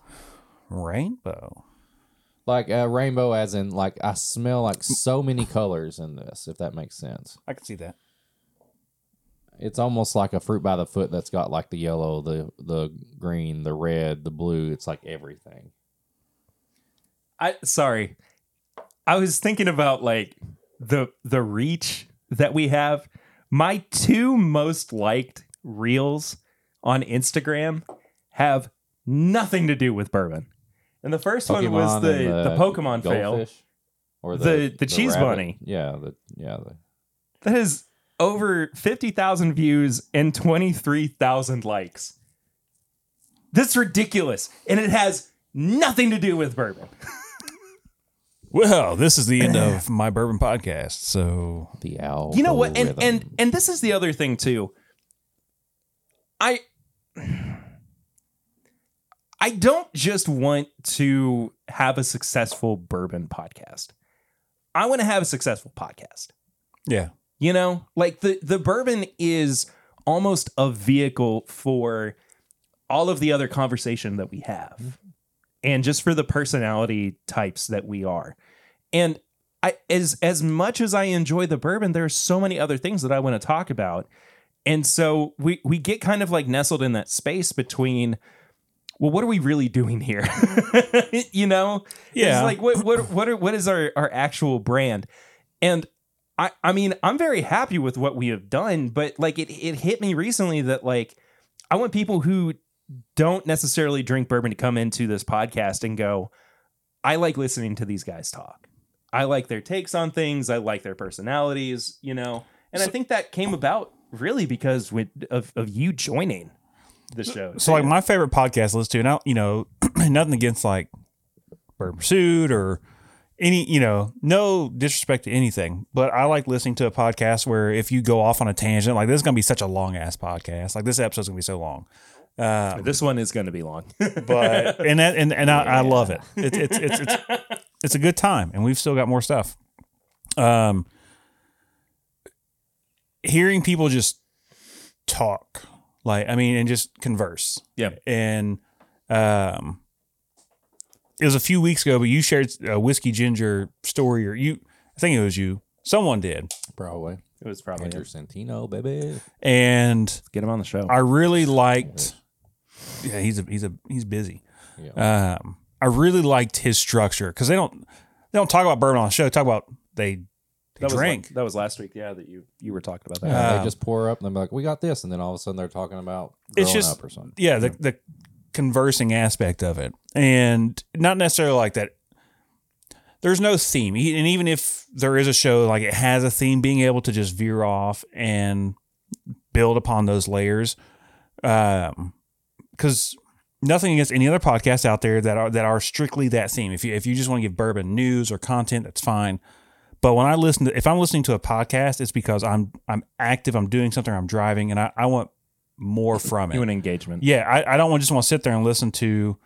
Rainbow. Like a rainbow, as in like I smell like so many colors in this. If that makes sense, I can see that. it's almost like a fruit by the foot that's got like the yellow, the the green, the red, the blue. It's like everything. I sorry. I was thinking about like the the reach that we have. My two most liked reels on Instagram have nothing to do with bourbon. And the first one was Pokemon the, and the, Pokemon fail. goldfish, or The- the cheese rabbit. bunny. Yeah, the yeah, the, That is over 50,000 views and 23,000 likes. That's ridiculous. And it has nothing to do with bourbon. Well, this is the end of my bourbon podcast. So the owl. you know what and and and this is the other thing too i i don't just want to have a successful bourbon podcast i want to have a successful podcast yeah, you know like the the bourbon is almost a vehicle for all of the other conversation that we have and just for the personality types that we are and i as as much as i enjoy the bourbon there are so many other things that i want to talk about and so we we get kind of like nestled in that space between well what are we really doing here you know yeah. it's like what what what are, what is our our actual brand? And I I mean, I'm very happy with what we have done, but like it it hit me recently that like I want people who don't necessarily drink bourbon to come into this podcast and go, I like listening to these guys talk. I like their takes on things, I like their personalities, you know. And I think that came about really because with, of of you joining the show. So like my favorite podcast list too, and I you know nothing against like Bird Pursuit or any you know no disrespect to anything, but I like listening to a podcast where if you go off on a tangent like this is gonna be such a long ass podcast like this episode's gonna be so long, this one is going to be long. but and that, and and I, I love it. It's it's it's it's it's a good time, and we've still got more stuff. Um, hearing people just talk, like I mean, and just converse, yeah, and um, it was a few weeks ago, but you shared a whiskey ginger story, or you, I think it was you, someone did, Probably. it was probably Andrew Santino, baby. and get him on the show. I really liked. Yeah, he's a he's a he's busy. Um, I really liked his structure because they don't they don't talk about bourbon on the show. They talk about they, they was drink. la- that was last week. Yeah, that you you were talking about that. Uh, Um, they just pour up and they're like, we got this. And then all of a sudden they're talking about growing It's just- up or something. yeah, the the conversing aspect of it, and not necessarily like that. There's no theme, E- and even if there is a show like it has a theme, being able to just veer off and build upon those layers, um, because nothing against any other podcasts out there that are that are strictly that theme. If you if you just want to give bourbon news or content, that's fine. But when I listen to if I'm listening to a podcast, it's because I'm I'm active, I'm doing something, I'm driving, and I, I want more from it. You an engagement. Yeah, I, I don't want just want to sit there and listen to.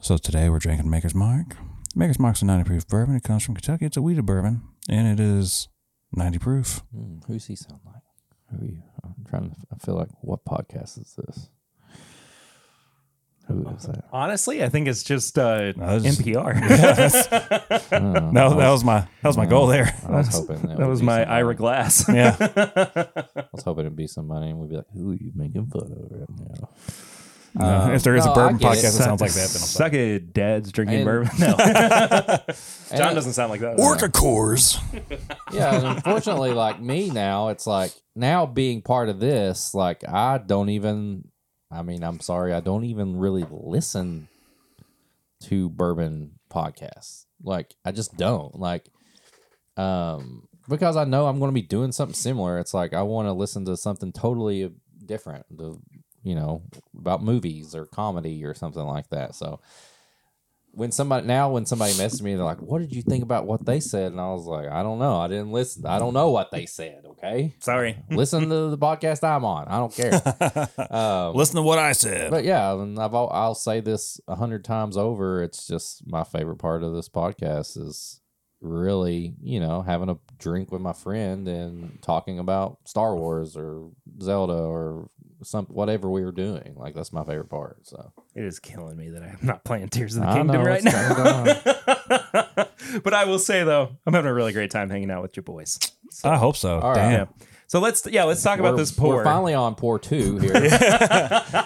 So today we're drinking Maker's Mark. Maker's Mark's a 90 proof bourbon. It comes from Kentucky. It's a wheated bourbon, and it is 90 proof. Hmm, who's he sound like? Who are you? I'm trying to. I feel like what podcast is this? Who is that? Honestly, I think it's just uh, No, that's- NPR. Uh, No, I that was my that was my goal there. I was hoping that, that would was be my somebody. Ira Glass. Yeah, I was hoping it'd be somebody, and we'd be like, "Who are you making fun of right now?" No, if there is Uh, no, a bourbon I get it. podcast that sounds like that, then I'm Suck it, dad's drinking And- bourbon. No, And John I- doesn't sound like that. Orca cores. yeah, and unfortunately, like me now, it's like now being part of this, like I don't even. I mean, I'm sorry, I don't even really listen to bourbon podcasts. Like I just don't like, um, because I know I'm going to be doing something similar. It's like I want to listen to something totally different. The you know about movies or comedy or something like that. So. When somebody now, when somebody messaged me, they're like, "What did you think about what they said?" And I was like, "I don't know. I didn't listen. I don't know what they said. Okay, Sorry. listen to the podcast I'm on. I don't care." Um, Listen to what I said. but yeah, and I've al- I'll say this a hundred times over. It's just my favorite part of this podcast is really you know having a drink with my friend and talking about Star Wars or Zelda or some whatever we were doing. Like that's my favorite part. So It is killing me that I'm not playing Tears of the I Kingdom know, right it's now. but I will say though, I'm having a really great time hanging out with your boys. I hope so. All right. Damn. Yeah. So let's yeah, let's talk about We're- this pour. We're finally on pour two here.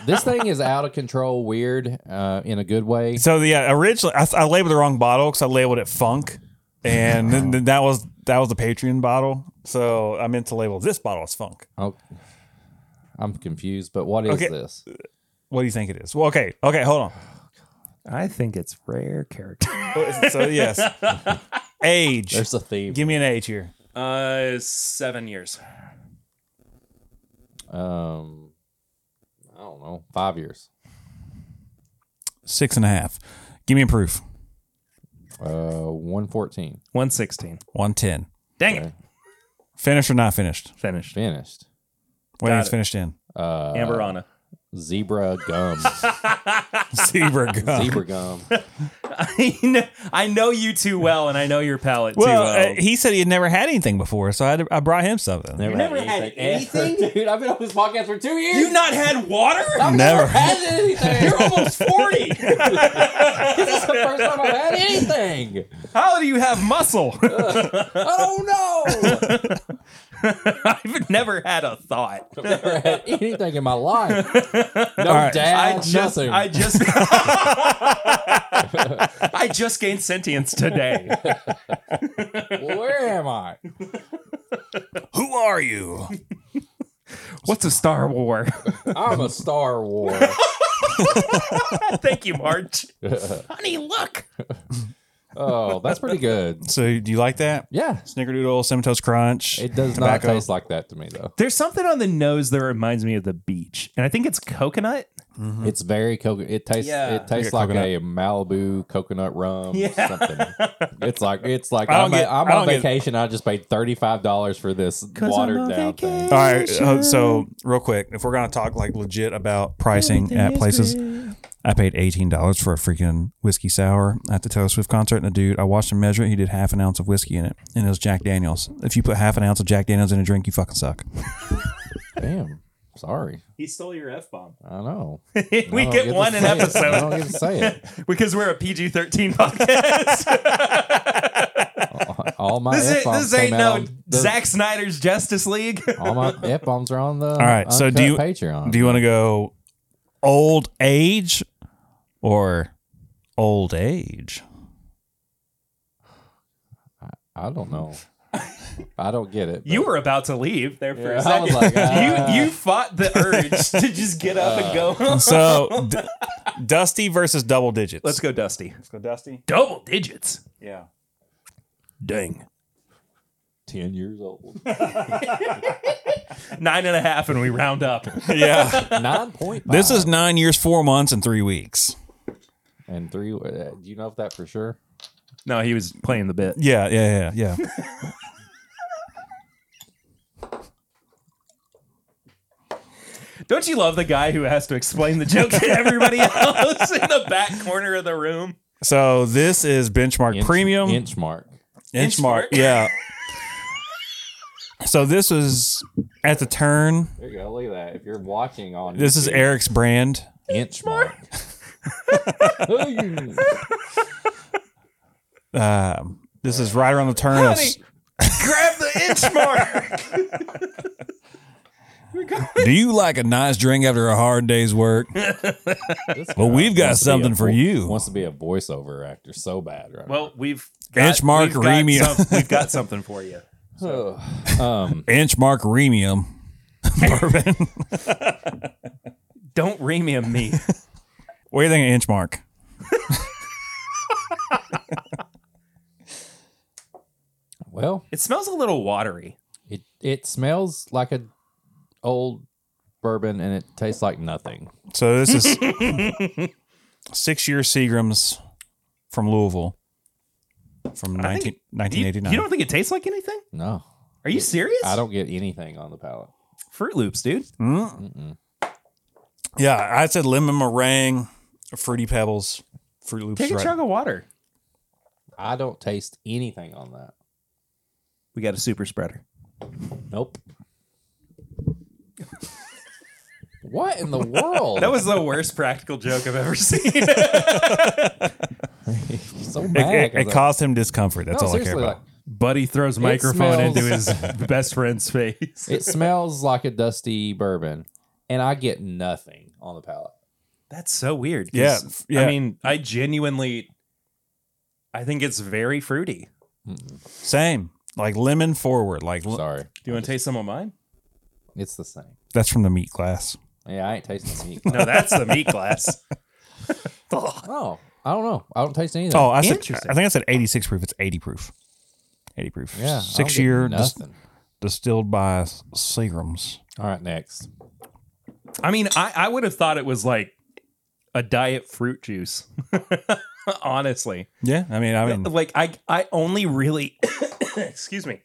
this thing is out of control, weird uh, in a good way. So yeah, originally I, I labeled the wrong bottle because I labeled it Funk, and then, then that was that was the Patreon bottle. So I meant to label this bottle as Funk. Oh, I'm confused, but what is Okay. this? What do you think it is? Well, okay, okay, hold on. I think it's rare character. So yes, age. There's a theme. Give me an age here. uh, seven years. um, I don't know, five years. Six and a half. Give me a proof. Uh, one fourteen One sixteen. One ten. Dang it! Okay. Finished or not finished? Finished. finished. What Got is it. finished in? Uh, Amber Anna. zebra gum, Zebra gum. zebra gum. I know, I know you too well, and I know your palate too Well, well. uh, he said he had never had anything before, so I, had, I brought him something. Never, never had anything? dude. I've been on this podcast for two years. you not had water? I've Never. never had anything. You're almost forty. this is the first time I've had anything. How do you have muscle? I don't Oh, know. I've never had a thought. never had anything in my life. No right. I dad, just, nothing. I just, I just gained sentience today. Where am I? Who are you? What's a Star War? I'm a Star War. Thank you, March. Honey, look. Oh, that's pretty good. So do you like that? Yeah. Snickerdoodle, cinnamon toast crunch. It does Tobacco. not taste like that to me though. There's something on the nose that reminds me of the beach, and I think it's coconut. Mm-hmm. It's very coconut. It tastes. Yeah. It tastes like Like a a Malibu coconut rum. Yeah. Something. It's like it's like I don't I'm, a- get- I'm I on don't get- vacation. I just paid thirty five dollars for this 'Cause I'm watered on down vacation. thing. All right. uh, so real quick, if we're gonna talk like legit about pricing at places, I paid eighteen dollars for a freaking whiskey sour at the Taylor Swift concert, and the dude I watched him measure it. He did half an ounce of whiskey in it, and it was Jack Daniels. If you put half an ounce of Jack Daniels in a drink, you fucking suck. Damn. Sorry. He stole your f bomb. I know. we I don't get, to one an say it. I don't episode get to say it. because we're a PG-13 podcast. All my this, f ain't, bombs this ain't came no out on the- Zack Snyder's Justice League. All my f bombs are on the. All right. So do you Patreon? do you want to go old age or old age? I don't know. I don't get it. you but- were about to leave there for Yeah, a I was second. like, ah. Uh, you you fought the urge to just get up and go. home. So d- Dusty versus double digits. Let's go, Dusty. Let's go, Dusty. Double digits. Yeah. Dang. ten years old. Nine and a half, and we round up. Yeah. Nine point. This is nine years, four months, and three weeks. and three. Uh, do you know if that for sure? no, he was playing the bit. Yeah, yeah, yeah, yeah. Don't you love the guy who has to explain the joke to everybody else in the back corner of the room? so this is benchmark Inch- premium inch mark. Inchmark. Inchmark, Yeah. so this was at the turn. There you go. Look at that. If you're watching on This is Eric's brand. inch mark. Um, this is right around the turn. Of, Honey, grab the inch mark. We're going- do you like a nice drink after a hard day's work? Well, we've got something for you. Wants to be a voiceover actor so bad, right? well, we've Benchmark we've got Remium. some- we've got something for you. now. um, Inchmark Remium bourbon. Don't remium me. what do you think of Inchmark? well, It smells a little watery. it it smells like a old bourbon, and it tastes like nothing. So this is six-year Seagrams from Louisville from 19, Do you- 1989. You don't think it tastes like anything? No, Are you serious? I don't get anything on the palate. Fruit Loops, dude. Hmm? Yeah, I said lemon meringue, fruity pebbles, Fruit Loops. Take a right. chunk of water. I don't taste anything on that. We got a super spreader. Nope. what in the world? That was the worst practical joke I've ever seen. so It, bad. it, 'cause it caused him discomfort. That's No, all I care seriously, about. Buddy throws microphone into his best friend's face. like, it smells like a dusty bourbon, and I get nothing on the palate. That's so weird. 'cause, Yeah, f- yeah. I mean, I genuinely, I think it's very fruity. Same, like lemon forward. Like l- Sorry, Do you want to taste some of mine? it's the same. that's from the meat glass. Yeah, I ain't tasting meat. No, that's the meat glass. Oh, I don't know. I don't taste anything. Oh, I said, Interesting. I think I said eighty six proof. It's eighty proof. Eighty proof. yeah, I don't six get year dis- nothing. distilled by S- Seagrams. All right, next. I mean, I, I would have thought it was like a diet fruit juice. Honestly, Yeah, I mean, I mean, like I I only really, excuse me,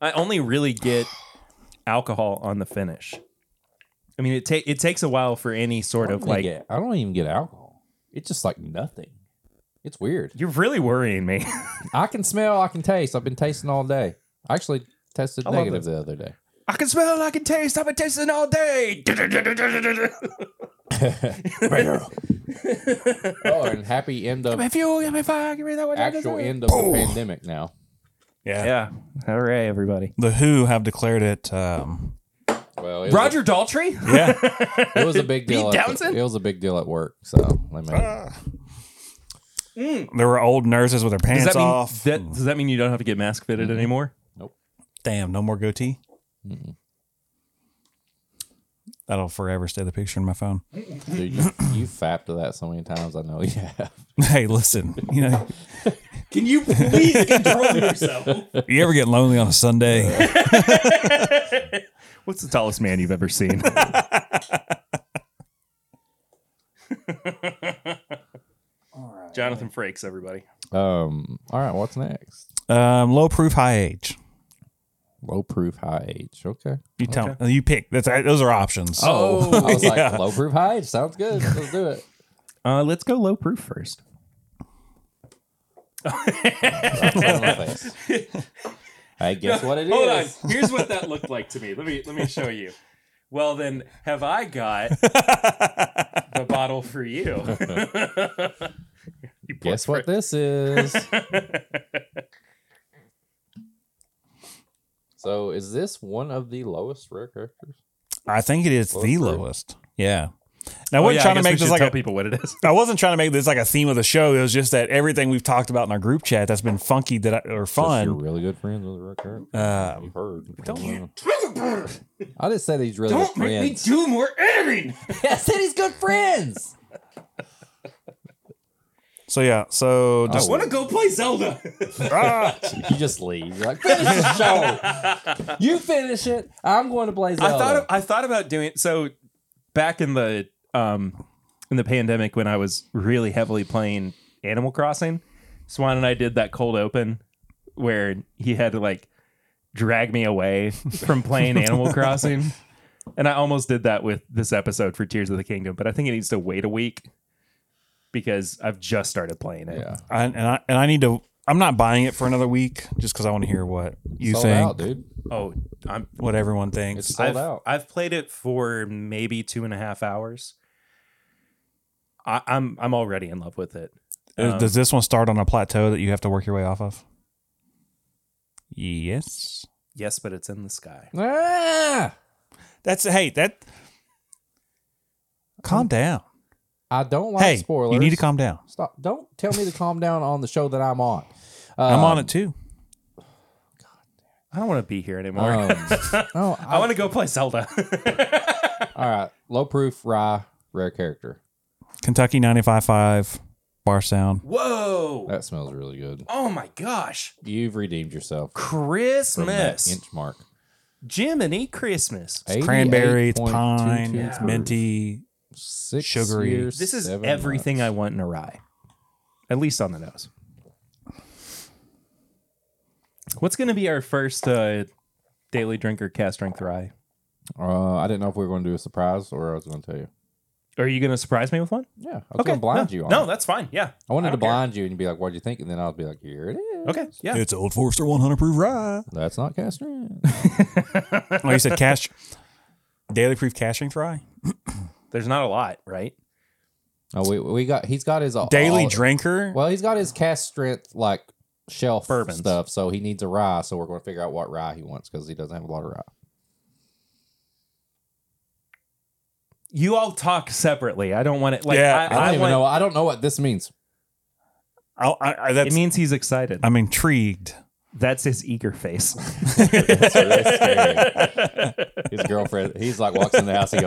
I only really get alcohol on the finish. I mean, it ta- it takes a while for any sort I of don't like. get- I don't even get alcohol. It's just like nothing. It's weird. You're really worrying me. I can smell. I can taste. I've been tasting all day. I actually tested love negative the other day. I can smell, I can taste, I've been tasting all day. Oh, and happy end of fuel, give me fire, give me that one. actual end of the pandemic now. yeah. Yeah. Hooray, everybody. The Who have declared it. Um, Well, it Roger Daltrey? yeah, was, it was a big Pete deal. at the- Townsend? Ah. it was a big deal at work. So they made there were old nurses with their Does pants that, mean, off. that, does that mean you don't have to get mask fitted anymore? Damn, no more goatee. That'll forever stay the picture in my phone. Dude, you, you fapped to that so many times. I know you have. Hey, listen, you know, Can you please control yourself? you ever get lonely on a Sunday? What's the tallest man you've ever seen? Jonathan Frakes, everybody. Um. All right. What's next? Um, low proof, high age. Low proof, high age. Okay. You tell you pick. That's those are options. Oh, I was like low proof, high age. Sounds good. Let's do it. Uh, let's go low proof first. That's one of my face. I guess what it is. Hold on. Here's what that looked like to me. Let me let me show you. Well then, have I got the bottle for you? You poor Guess what this is. so, is this one of the lowest rare characters? I think it is the proof. lowest. Yeah. Now, I Oh, wasn't yeah, I trying to guess we make should this like tell a, people what it is. I wasn't trying to make this like a theme of the show. It was just that everything we've talked about in our group chat that's been funky that I, or Just You're fun. really good friends with a rare character. Um, You've heard. don't- I just say that he's really good friends. do more editing. I said he's good friends. so yeah, Oh, so just to go play Zelda. ah, You just leave. You're like, finish the show. You finish it. I'm going to play Zelda. I thought I thought about doing so back in the um in the pandemic when I was really heavily playing Animal Crossing. Swan and I did that cold open where he had to like drag me away from playing Animal Crossing. And I almost did that with this episode for Tears of the Kingdom, but I think it needs to wait a week because I've just started playing it. yeah. I, and I and I need to. I'm not buying it for another week just because I want to hear what you sold think, out, dude. Oh, I'm what everyone It's thinks. sold I've, out. I've played it for maybe two and a half hours. I, I'm I'm already in love with it. um, Uh, Does this one start on a plateau that you have to work your way off of? Yes. Yes, but it's in the sky. Ah! That's hey that. Calm down. I don't like Hey, Um, spoilers. you need to calm down. Stop. Don't tell me to calm down on the show that I'm on. I'm Um, on it too. I don't want to be here anymore. Um, no, I I, want to go play Zelda. all right. Low proof, rye, rare character. Kentucky 95.5 bar sound. Whoa! That smells really good. Oh my gosh! You've redeemed yourself from that Christmas, inch mark. Jiminy Christmas. It's cranberry, it's 88.22 pine, proof. it's minty. Six sugary. years, This is seven everything months. I want in a rye, at least on the nose. What's going to be our first uh, daily drinker cast strength rye? Uh, I didn't know if we were going to do a surprise or I was going to tell you. Are you going to surprise me with one? Yeah, I was going to blind no, you. On No, it. that's fine. Yeah. I wanted I to don't care. blind you and you'd be like, "What'd you think?" And then I'll be like, "Here it is." Okay. Yeah. It's Old Forester 100 proof rye. That's not Castro. Oh, you said cash. Daily proof cashing rye. There's not a lot, right? no, we we got he's got his all- Daily all- drinker. Well, he's got his cast strength like shelf Bourbons. stuff, so he needs a rye. So we're going to figure out what rye he wants because he doesn't have a lot of rye. You all talk separately. I don't want it. Like, Yeah, I, I don't I even want, know. I don't know what this means. I'll- I, I, It that's, means he's excited. I'm intrigued. That's his eager face. That's really scary. His girlfriend, he's like walks in the house. He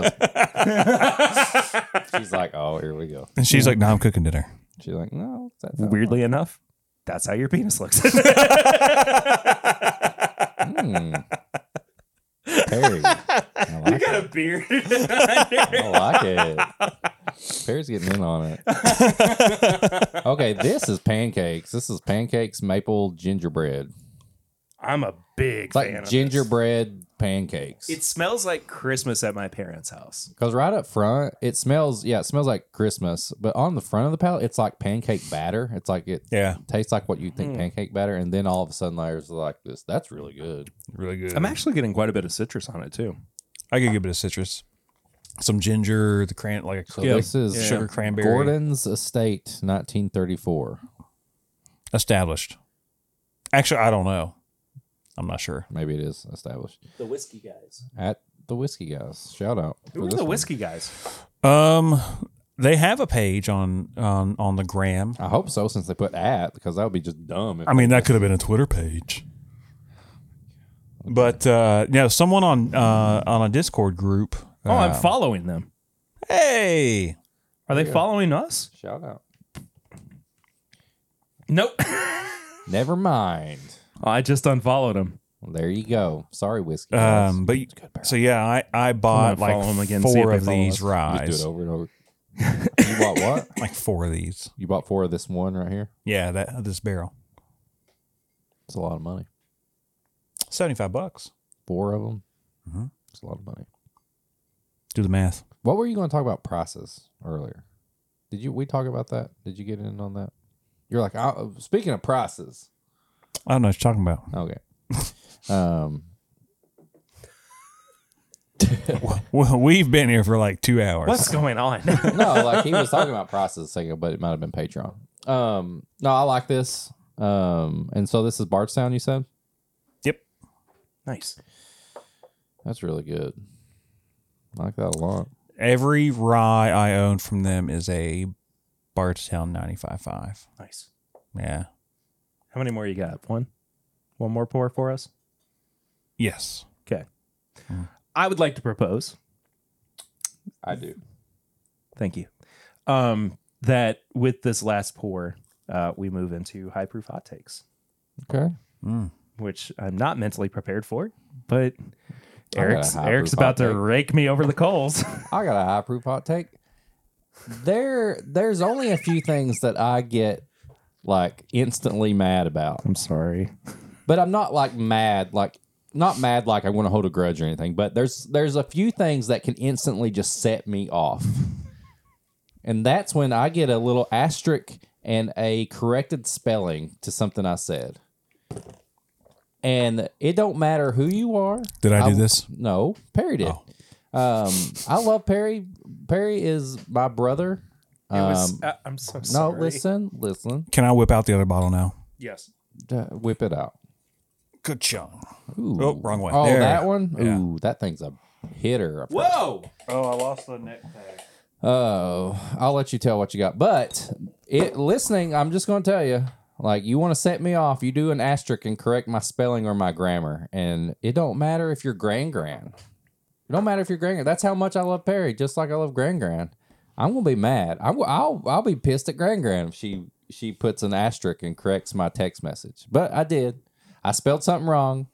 goes, she's like, "Oh, here we go." And she's like, no, I'm cooking dinner. She's like, "No, that's not Weirdly enough, that's how your penis looks. Hmm. Perry. I like it. beard. I like it. Perry's getting in on it. Okay, this is pancakes. This is pancakes, maple gingerbread. I'm a big It's like fan. of gingerbread pancakes. this. It smells like Christmas at my parents' house. Because right up front, it smells, yeah, it smells like Christmas, but on the front of the palate, it's like pancake batter. It's like it Yeah. tastes like what you Mm. think pancake batter. And then all of a sudden, there's like this. That's really good. Really good. I'm actually getting quite a bit of citrus on it too. Oh, I could get a bit of citrus. Some ginger, the cran like a So like this is sugar cranberry. Gordon's Estate, 1934. Established. Actually, I don't know. I'm not sure. Maybe it is established The whiskey guys. at the Whiskey Guys. Shout out. for Who are this the one. whiskey guys? Um, they have a page on on on the gram. I hope so, since they put at, because that would be just dumb. If I mean, that could have been a Twitter page. But uh, no, someone on uh, on a Discord group Ah. Oh, I'm following them. Hey, Are they following us? Shout out. Nope. Never mind. I just unfollowed them. Well, there you go. Sorry, whiskey. guys. um, but It's good barrel. so yeah, I I bought I'm gonna follow like 'em again, see if four they of follow these us. You just rise, do it over and over. you bought what? like four of these. You bought four of this one right here. Yeah, that this barrel, It's a lot of money. seventy five bucks. Four of them. Mhm. It's a lot of money. Do the math. What were you going to talk about prices earlier? Did you we talk about that? Did you get in on that? You're like, I, speaking of prices. I don't know what you're talking about. Okay. um, Well, we've been here for like two hours. What's going on? no, like he was talking about prices a second, but it might have been Patreon. Um, no, I like this. Um, and so this is Bardstown, you said? Yep. nice. That's really good. I like that a lot. Every rye I own from them is a Bardstown 95.5. Nice. Yeah. How many more you got? One? One more pour for us? Yes. Okay. I would like to propose. I do. Thank you. Um, that with this last pour, uh, we move into high proof hot takes, Okay. which I'm not mentally prepared for, but I got a Eric's high Eric's proof about hot to take. rake me over the coals. I got a high proof hot take. There there's only a few things that I get like instantly mad about. I'm sorry. But I'm not like mad, like not mad like I want to hold a grudge or anything, but there's there's a few things that can instantly just set me off. And that's when I get a little asterisk and a corrected spelling to something I said. And it don't matter who you are. Did I do this? No, Perry did. Um, I love Perry. Perry is my brother. It was, Um, uh, I'm so no, sorry. listen, listen. Can I whip out the other bottle now? Yes. Uh, Whip it out. Good chunk. Ooh. Oh, wrong way. Oh, There. that one. Ooh, that thing's a hitter. Whoa. Oh, I lost the neck tag. Oh, I'll let you tell what you got. But it listening, I'm just gonna tell you. Like you want to set me off, you do an asterisk and correct my spelling or my grammar, and it don't matter if you're grand grand. It don't matter if you're grand grand. That's how much I love Perry, just like I love grand grand. I'm gonna be mad. I'm, I'll I'll be pissed at grand grand if she she puts an asterisk and corrects my text message. But I did. I spelled something wrong.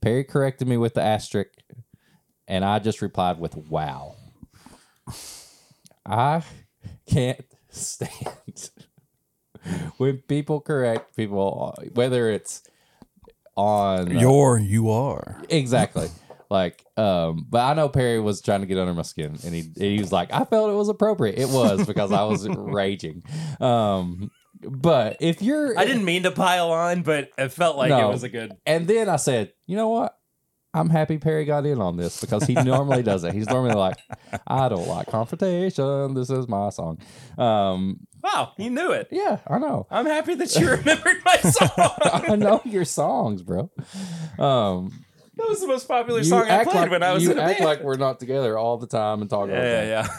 Perry corrected me with the asterisk, and I just replied with "Wow." I can't stand when people correct people, whether it's on You're, you are. exactly like. Um, but I know Perry was trying to get under my skin, and he he was like, I felt it was appropriate. It was because I was raging. Um, but if you're, I didn't mean to pile on, but it felt like No. it was a good. And then I said, you know what? I'm happy Perry got in on this because he normally doesn't. He's normally like, I don't like confrontation. This is my song. Um, Wow, you knew it. yeah, I know. I'm happy that you remembered my song. that I know your songs, bro. Um, was the most popular you song I act played like when I was you in a act band. like we're not together all the time and talk about that. yeah, yeah.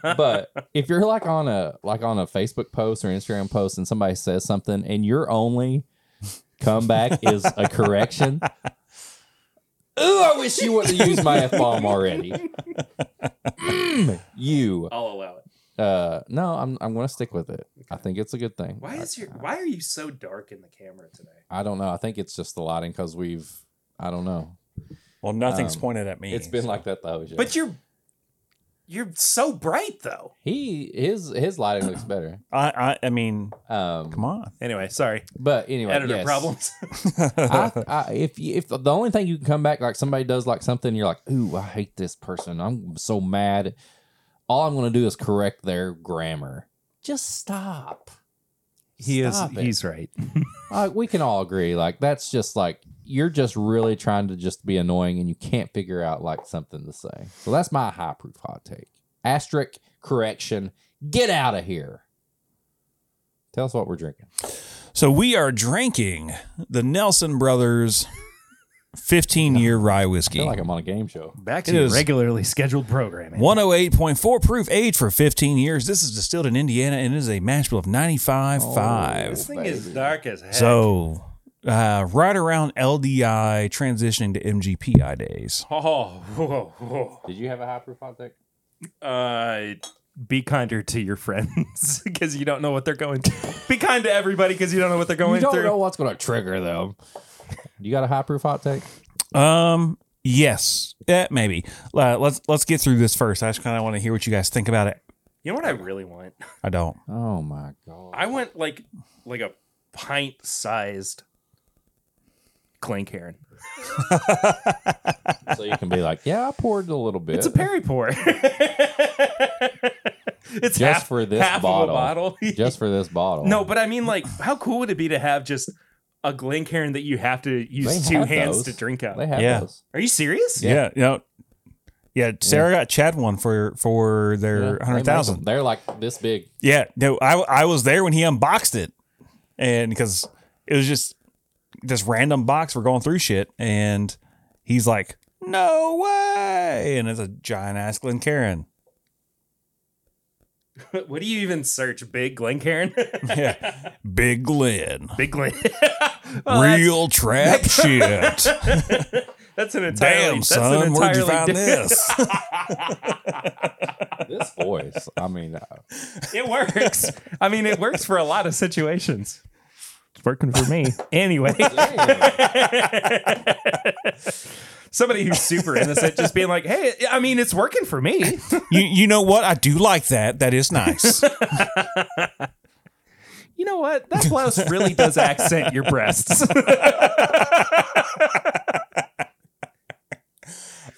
Um, but if you're like on a like on a Facebook post or Instagram post and somebody says something and your only comeback is a correction, ooh, I wish you wouldn't use my f bomb already. Mm, you, I'll allow it. uh, no, I'm I'm gonna stick with it. I think it's a good thing. Why I- is your why are you so dark in the camera today? I don't know. I think it's just the lighting because we've. I don't know. Well, nothing's Um, pointed at me. It's been like that the whole show. But you're you're so bright though. he his his lighting looks better. I, I, I mean, Um, come on. Anyway, sorry. but anyway, Editor yes. problems. I, I, if you, if the only thing you can come back like somebody does like something, you're like, ooh, I hate this person. I'm so mad. All I'm going to do is correct their grammar. Just stop. Stop it. right. Uh, we can all agree. Like that's just like you're just really trying to just be annoying, and you can't figure out like something to say. So that's my high proof hot take. Asterisk correction. Get out of here. Tell us what we're drinking. So we are drinking the Nelson Brothers 15 year rye I whiskey. feel like I'm on a game show. Back It to your is- regularly scheduled programming. 108.4 proof aged for 15 years. This is distilled in Indiana and it is a mash bill of 95.5. Oh, This thing is dark as hell. So uh, right around LDI transitioning to MGPI days. Oh, whoa, whoa. Did you have a high proof hot deck? Uh, be kinder to your friends because you don't know what they're going through. Be kind to everybody because you don't know what they're You going don't through. know what's going to trigger them. You got a high proof hot take? Um, yes, yeah, maybe. Uh, let's let's get through this first. I just kind of want to hear what you guys think about it. You know what I really want? I don't. Oh my god! I want like like a pint sized clank heron. so you can be like, yeah, I poured a little bit. It's a Perry pour. it's Just half, for this half bottle. Of a bottle. just for this bottle. no, but I mean, like, how cool would it be to have just a Glencairn that you have to They use two have hands those. to drink out? they have Yeah. those. Are you serious? Yeah, you know, yeah. Sarah got Chad one for for Yeah, their they hundred make them. thousand. They're like this big. Yeah, no, I I was there when he unboxed it, and because it was just this random box we're going through shit, and he's like, "No way!" and it's a giant ass Glencairn. What do you even search? Big Glencairn? Yeah, Big Glen, Big Glen. real trap shit. That's an entirely. Damn, that's an son, where'd you entirely di- find this? This voice. I mean, uh, It works. I mean, it works for a lot of situations. It's working for me. Anyway. damn. Somebody who's super innocent just being like, hey, I mean, it's working for me. you you know what? I do like that. That is nice. You know what? That blouse really does accent your breasts.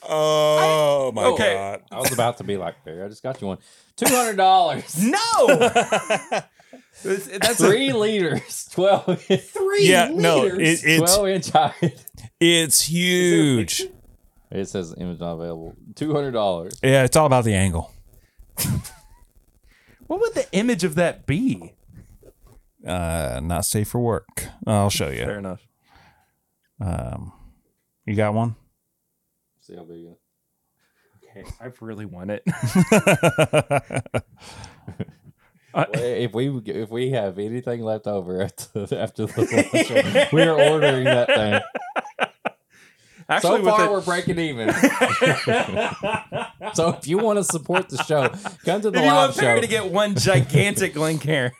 oh my Okay. god. I was about to be like, Barry, I just got you one. Two hundred dollars, no! That's that's a, three liters, twelve. Three Yeah, no, it, it's twelve inch high. it's huge. It says image not available. Two hundred dollars. Yeah, it's all about the angle. what would the image of that be? Uh, not safe for work. I'll show you. Fair enough. Um, you got one? See how big. it- Okay, I really want it. Uh, Well, if we if we have anything left over after the, after the lunch, we are ordering that thing. Actually, so far, with we're breaking even. so if you want to support the show, come the, to the if you live want show. Perry to get one gigantic Glencairn.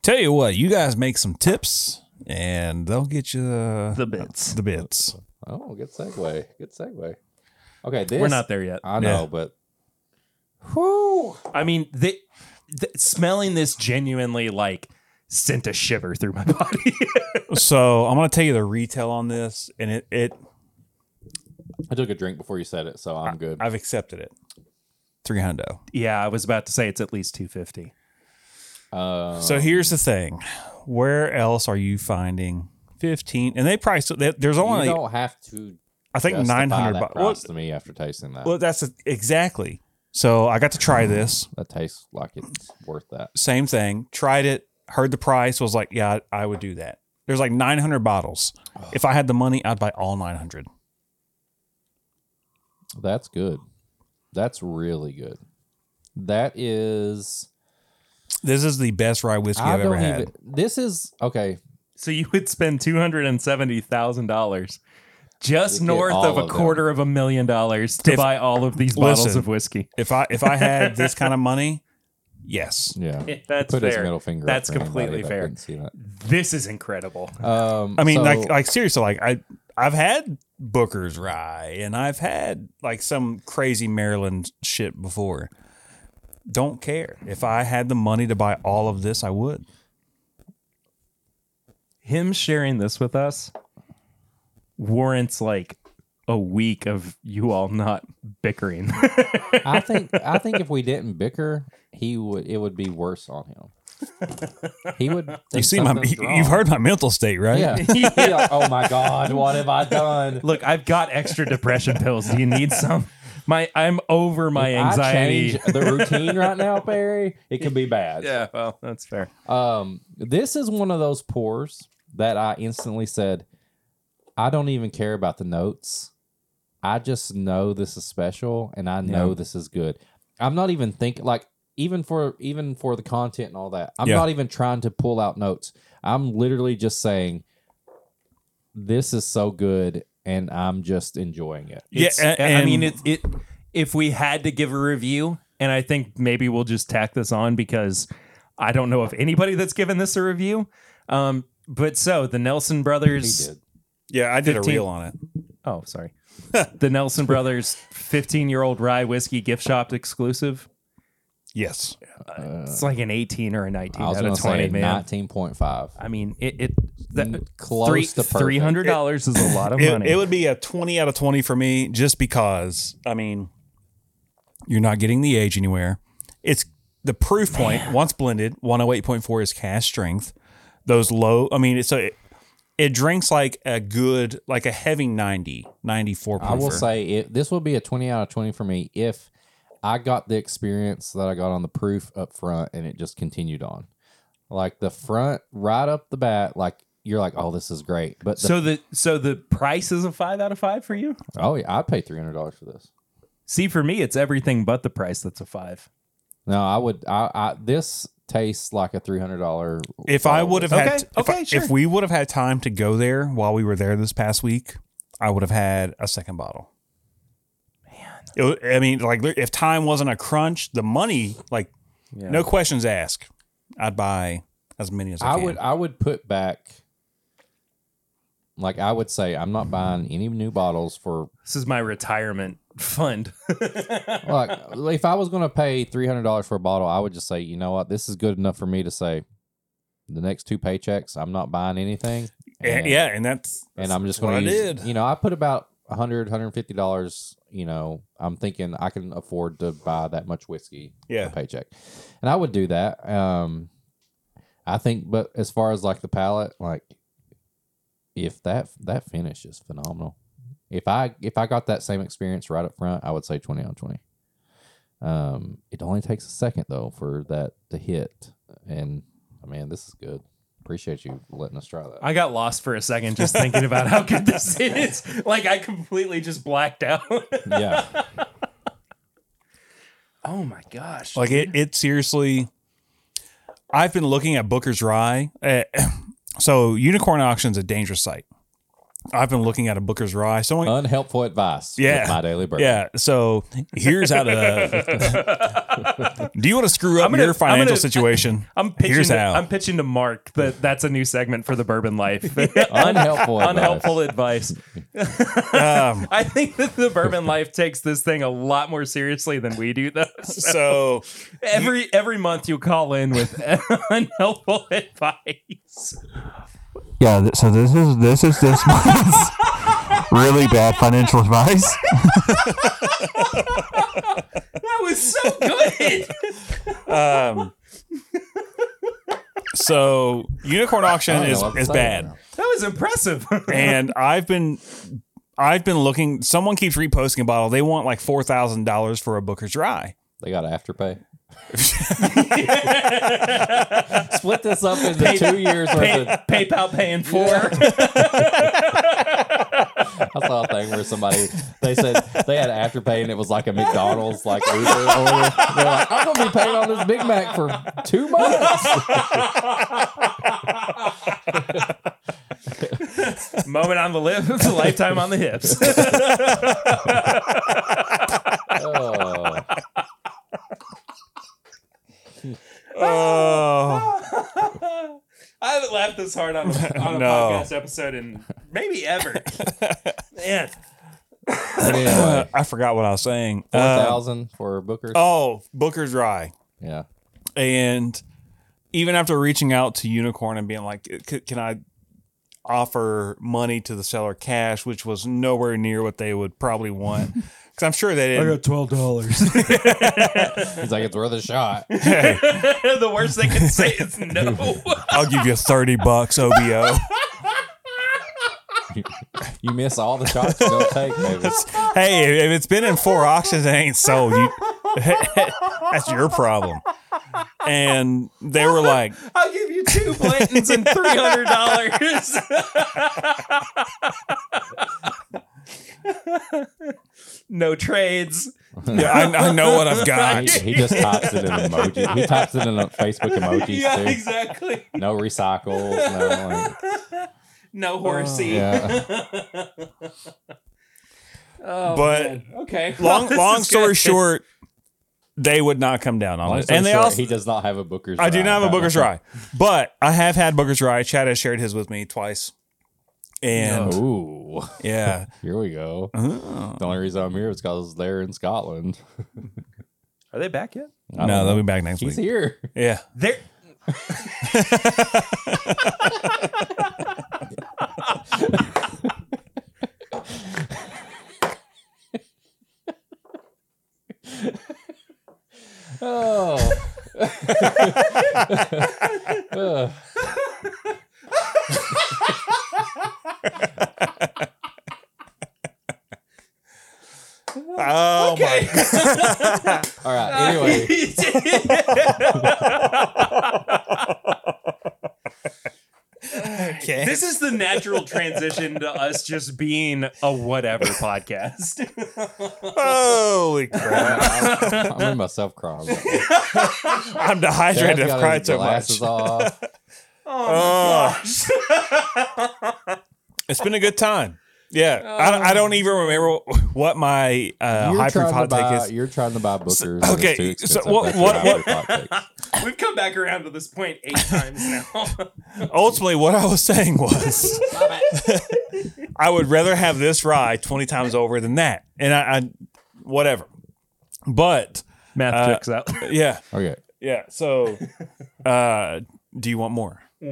Tell you what, you guys make some tips, and they'll get you the, the bits. the bits. oh, good segue. Good segue. Okay, this We're not there yet. I know, Yeah. but Whew. I mean, the, the, smelling this genuinely like sent a shiver through my body. So I'm gonna tell you the retail on this, and it it I took a drink before you said it, so I'm good. I've accepted it. Three hundo. yeah, I was about to say it's at least 250. Uh, So here's the thing: where else are you finding fifteen? And they price they, there's you only don't have to. I think justify nine hundred that bucks. Well, price to me after tasting that. well, that's exactly. So I got to try Mm-hmm. this. that tastes like it's worth that. Same thing. Tried it. Heard the price. Was like, yeah, I would do that. There's like 900 bottles. If I had the money, I'd buy all 900. That's good. That's really good. That is. This is the best rye whiskey I I've ever don't had. even. This is okay. So you would spend $270,000 just get north all of a of them. quarter of a million dollars to If- buy all of these bottles Listen. of whiskey. If I if I had this kind of money, yes. Yeah. That's Put his fair. middle finger. up That's for anybody completely that fair. didn't see that. This is incredible. Um, I mean, so- like like seriously, like I I've had Booker's rye and I've had like some crazy Maryland shit before. Don't care. If I had the money to buy all of this, I would. Him sharing this with us warrants like a week of you all not bickering. I think I think if we didn't bicker, he would it would be worse on him. He would. You think see my something's wrong. you've heard my mental state, right? Yeah. He'd be like, oh my god, what have I done? Look, I've got extra depression pills. Do you need some? My I'm over my I anxiety. change the routine right now, Barry. It can be bad. Yeah, well, that's fair. Um, this is one of those pours that I instantly said, I don't even care about the notes. I just know this is special and I know Yeah. this is good. I'm not even thinking like even for even for the content and all that. I'm Yeah. not even trying to pull out notes. I'm literally just saying this is so good and I'm just enjoying it. Yeah, It's- a- I and- mean, it, it. If we had to give a review, and I think maybe we'll just tack this on because I don't know of anybody that's given this a review. Um, but so the Nelson He brothers. did. Yeah, I did a 15. reel on it. Oh, sorry. the Nelson brothers, fifteen-year-old rye whiskey gift shop exclusive. Yes. It's like an eighteen or a nineteen I was out going of to say twenty, man. 19.5 I mean, it. it that, Close three, to perfect. three hundred dollars is a lot of It, money. it would be a 20 out of 20 for me just because, I mean, you're not getting the age anywhere. It's the proof point, once blended, 108.4 is cash strength. Those low, I mean, it's so it, it drinks like a good, like a heavy 90, 94 proofer. I will say it, this would be a 20 out of 20 for me if I got the experience that I got on the proof up front and it just continued on. Like the front right up the bat like you're like oh this is great. But the, so the so the price is a five out of five for you. oh yeah, I'd pay $300 for this. See, for me, it's everything but the price that's a five. No, I would I, I this tastes like a $300 If I would have Okay, had, if, okay, I- sure. if we would have had time to go there while we were there this past week, I would have had a second bottle. Man, I mean, like if time wasn't a crunch, the money, like no questions asked, I'd buy as many as I, I can. would I would put back like I would say I'm not buying any new bottles for This is my retirement fund. like if I was going to pay three hundred dollars for a bottle, I would just say, you know what, this is good enough for me to say, the next two paychecks, I'm not buying anything. And- yeah, and that's and that's I'm just what going to. I use, did. You know, I put about 100 150 dollars. You know, I'm thinking I can afford to buy that much whiskey. Yeah. a paycheck, and I would do that. Um, I think, but as far as like the palate, like if that that finish is phenomenal. If I if I got that same experience right up front, I would say 20 on 20. Um, it only takes a second though for that to hit, and oh, man, this is good. Appreciate you letting us try that. I got lost for a second just thinking about how good this is. Like I completely just blacked out. yeah. oh my gosh. Like it, it seriously. I've been looking at Booker's Rye. Uh, so Unicorn Auction's a dangerous site. I've been looking at a Booker's Rye. Someone Oh. unhelpful advice. Yeah. with my daily burden. Yeah. So here's how to. do you want to screw up I'm gonna- your I'm financial gonna- situation? I'm pitching Here's to, how. I'm pitching to Mark that that's a new segment for the Bourbon Life. Unhelpful advice. Unhelpful advice. um, I think that the Bourbon Life takes this thing a lot more seriously than we do though. so Every every month you call in with unhelpful advice. Yeah, th- so this is this is this month's really bad financial advice. That was so good. um, so unicorn auction I don't is know what to is say bad, now. That was impressive. and I've been. I've been looking. Someone keeps reposting a bottle. They want like four thousand dollars for a Booker's Rye. They got afterpay. Split this up into two years worth of. PayPal paying for. I saw a thing where somebody they said they had afterpay and it was like a McDonald's like Uber order. They're like, I'm gonna be paying on this Big Mac for two months. Moment on the lips, lifetime on the hips. Oh. Oh, I haven't laughed this hard on a, on a No. podcast episode in maybe ever. Man, But Uh, um, anyway, uh, I forgot what I was saying. four Uh, thousand for Booker. oh, Booker's Rye. Yeah, and even after reaching out to unicorn and being like "C- can i offer money to the seller cash which was nowhere near what they would probably want because i'm sure they didn't he's like it's worth a shot. the worst they can say is no. i'll give you 30 bucks obo You miss all the shots you don't take, baby. hey if it's been in four auctions and ain't sold you that's your problem and they were like I'll give you two Blantons and three hundred dollars. no trades. Yeah, I, I know what I've got. He, he just types it in emoji. He types it in a Facebook emojis yeah, too. exactly. No recycles. No, like, No horsey. yeah. Oh, But- man. okay. Long This long is story good. short, they would not come down on Long it. story And they short, also he does not have a Booker's. I do Rye. not have a Booker's Rye, but I have had Booker's Rye. Chad has shared his with me twice. And Ooh, yeah. here we go. Oh. The only reason I'm here is because they're in Scotland. Are they back yet? I don't No, they'll know. be back next he's week. here. Yeah. They're Oh. Ugh. Oh okay. All right. Anyway, Okay. this is the natural transition to us just being a whatever podcast. Holy crap. I made myself cry. I'm dehydrated. I've cried so much. Glasses off. Oh. it's been a good time. Yeah. I, don't- I don't even remember what my uh, you're, high trying proof to hot buy, take is. you're trying to buy Booker's. and it's okay, too so expensive. what- That's what- your high proof hot take. We've come back around to this point eight times now. Ultimately, what I was saying was I would rather have this rye 20 times over than that. And I, I whatever. But Math Uh, checks out. yeah. Okay. Yeah. So, uh, do you want more? I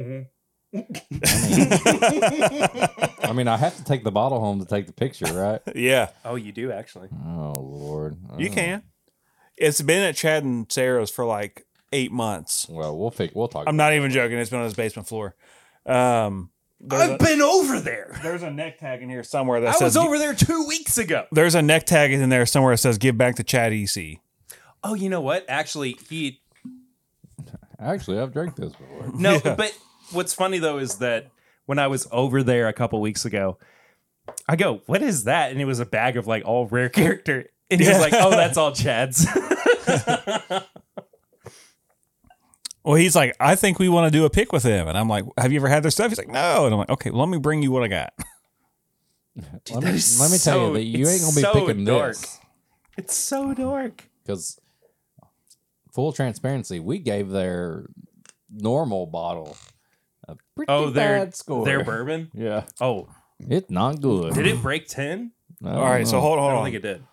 mean, I have to take the bottle home to take the picture, right? Yeah. Oh, you do actually. Oh Lord. You Oh. can. It's been at Chad and Sarah's for like eight months. Well, we'll fig- we'll talk. I'm not even joking. It's been on his basement floor. Um, there's, a, been over there. there's a neck tag in here somewhere that I says was over there two weeks ago. there's a neck tag in there somewhere that says give back to Chad E EC. Oh, you know what? Actually, he Actually, I've drank this before. no. But what's funny though is that when I was over there a couple weeks ago, I go, "What is that?" And it was a bag of like all rare character, and he was Yeah. like, "Oh, that's all Chad's." Well, he's like, I think we want to do a pick with him, and I'm like, Have you ever had their stuff? He's like, No, and I'm like, Okay, well, let me bring you what I got. let me, that is let me tell so- you that you it's ain't gonna be so picking dark. this it's so dark. because full transparency, we gave their normal bottle a pretty Oh, their- bad score. Their bourbon. yeah, Oh, it's not good. did it break ten? All right, so hold Oh, I on, don't hold on. think it did.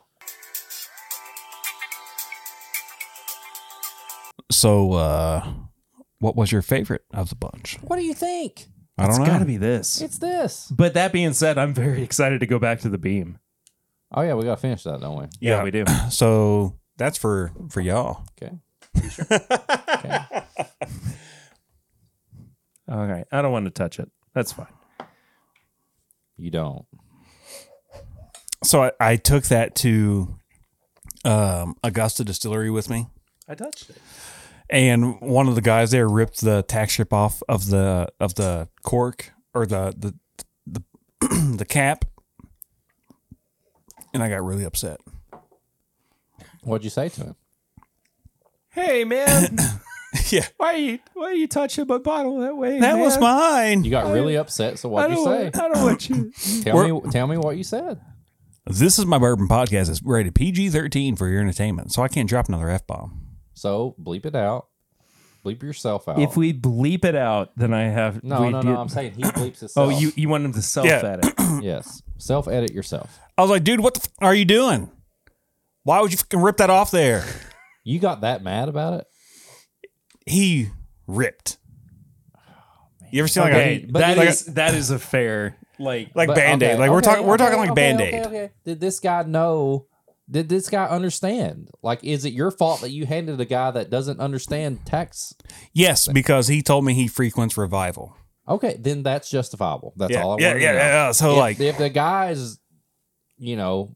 So, uh, what was your favorite of the bunch? What do you think? I don't It's know. got to be this. It's this. But that being said, I'm very excited to go back to the beam. Oh yeah, we gotta finish that, don't we? Yeah, we do. So that's for for y'all. Okay. All right. I don't want to touch it. That's fine. You don't. So I, I took that to um, Augusta Distillery with me. I touched it. and one of the guys there ripped the tack strip off of the of the cork or the the the, the cap, and I got really upset. What'd you say to him? Hey man, yeah, why are you why are you touching my bottle that way? that was You mine. got really upset. So what'd you say? don't want you. Tell me. Tell me what you said. This is my bourbon podcast. It's rated PG thirteen for your entertainment, so I can't drop another f bomb. So bleep it out. Bleep yourself out. If we bleep it out, then I have no, we no, did- no. I'm saying he bleeps himself. Oh, you you want him to self Yeah. edit? Yes. Self edit yourself. I was like, dude, what the f- are you doing? Why would you fucking rip that off there? You got that mad about it? He ripped. You ever seen like Okay, a that is that like a- is a fair like. like But- band aid? okay, like we're okay, talking, we're okay, talking like okay, band aid. Okay, okay. Did this guy know? Did this guy understand? Like, is it your fault that you handed a guy that doesn't understand tax? Yes, because he told me he frequents revival. Okay, then that's justifiable. That's yeah, all I want yeah, to yeah, know. yeah. So if, like, if the guy's, you know,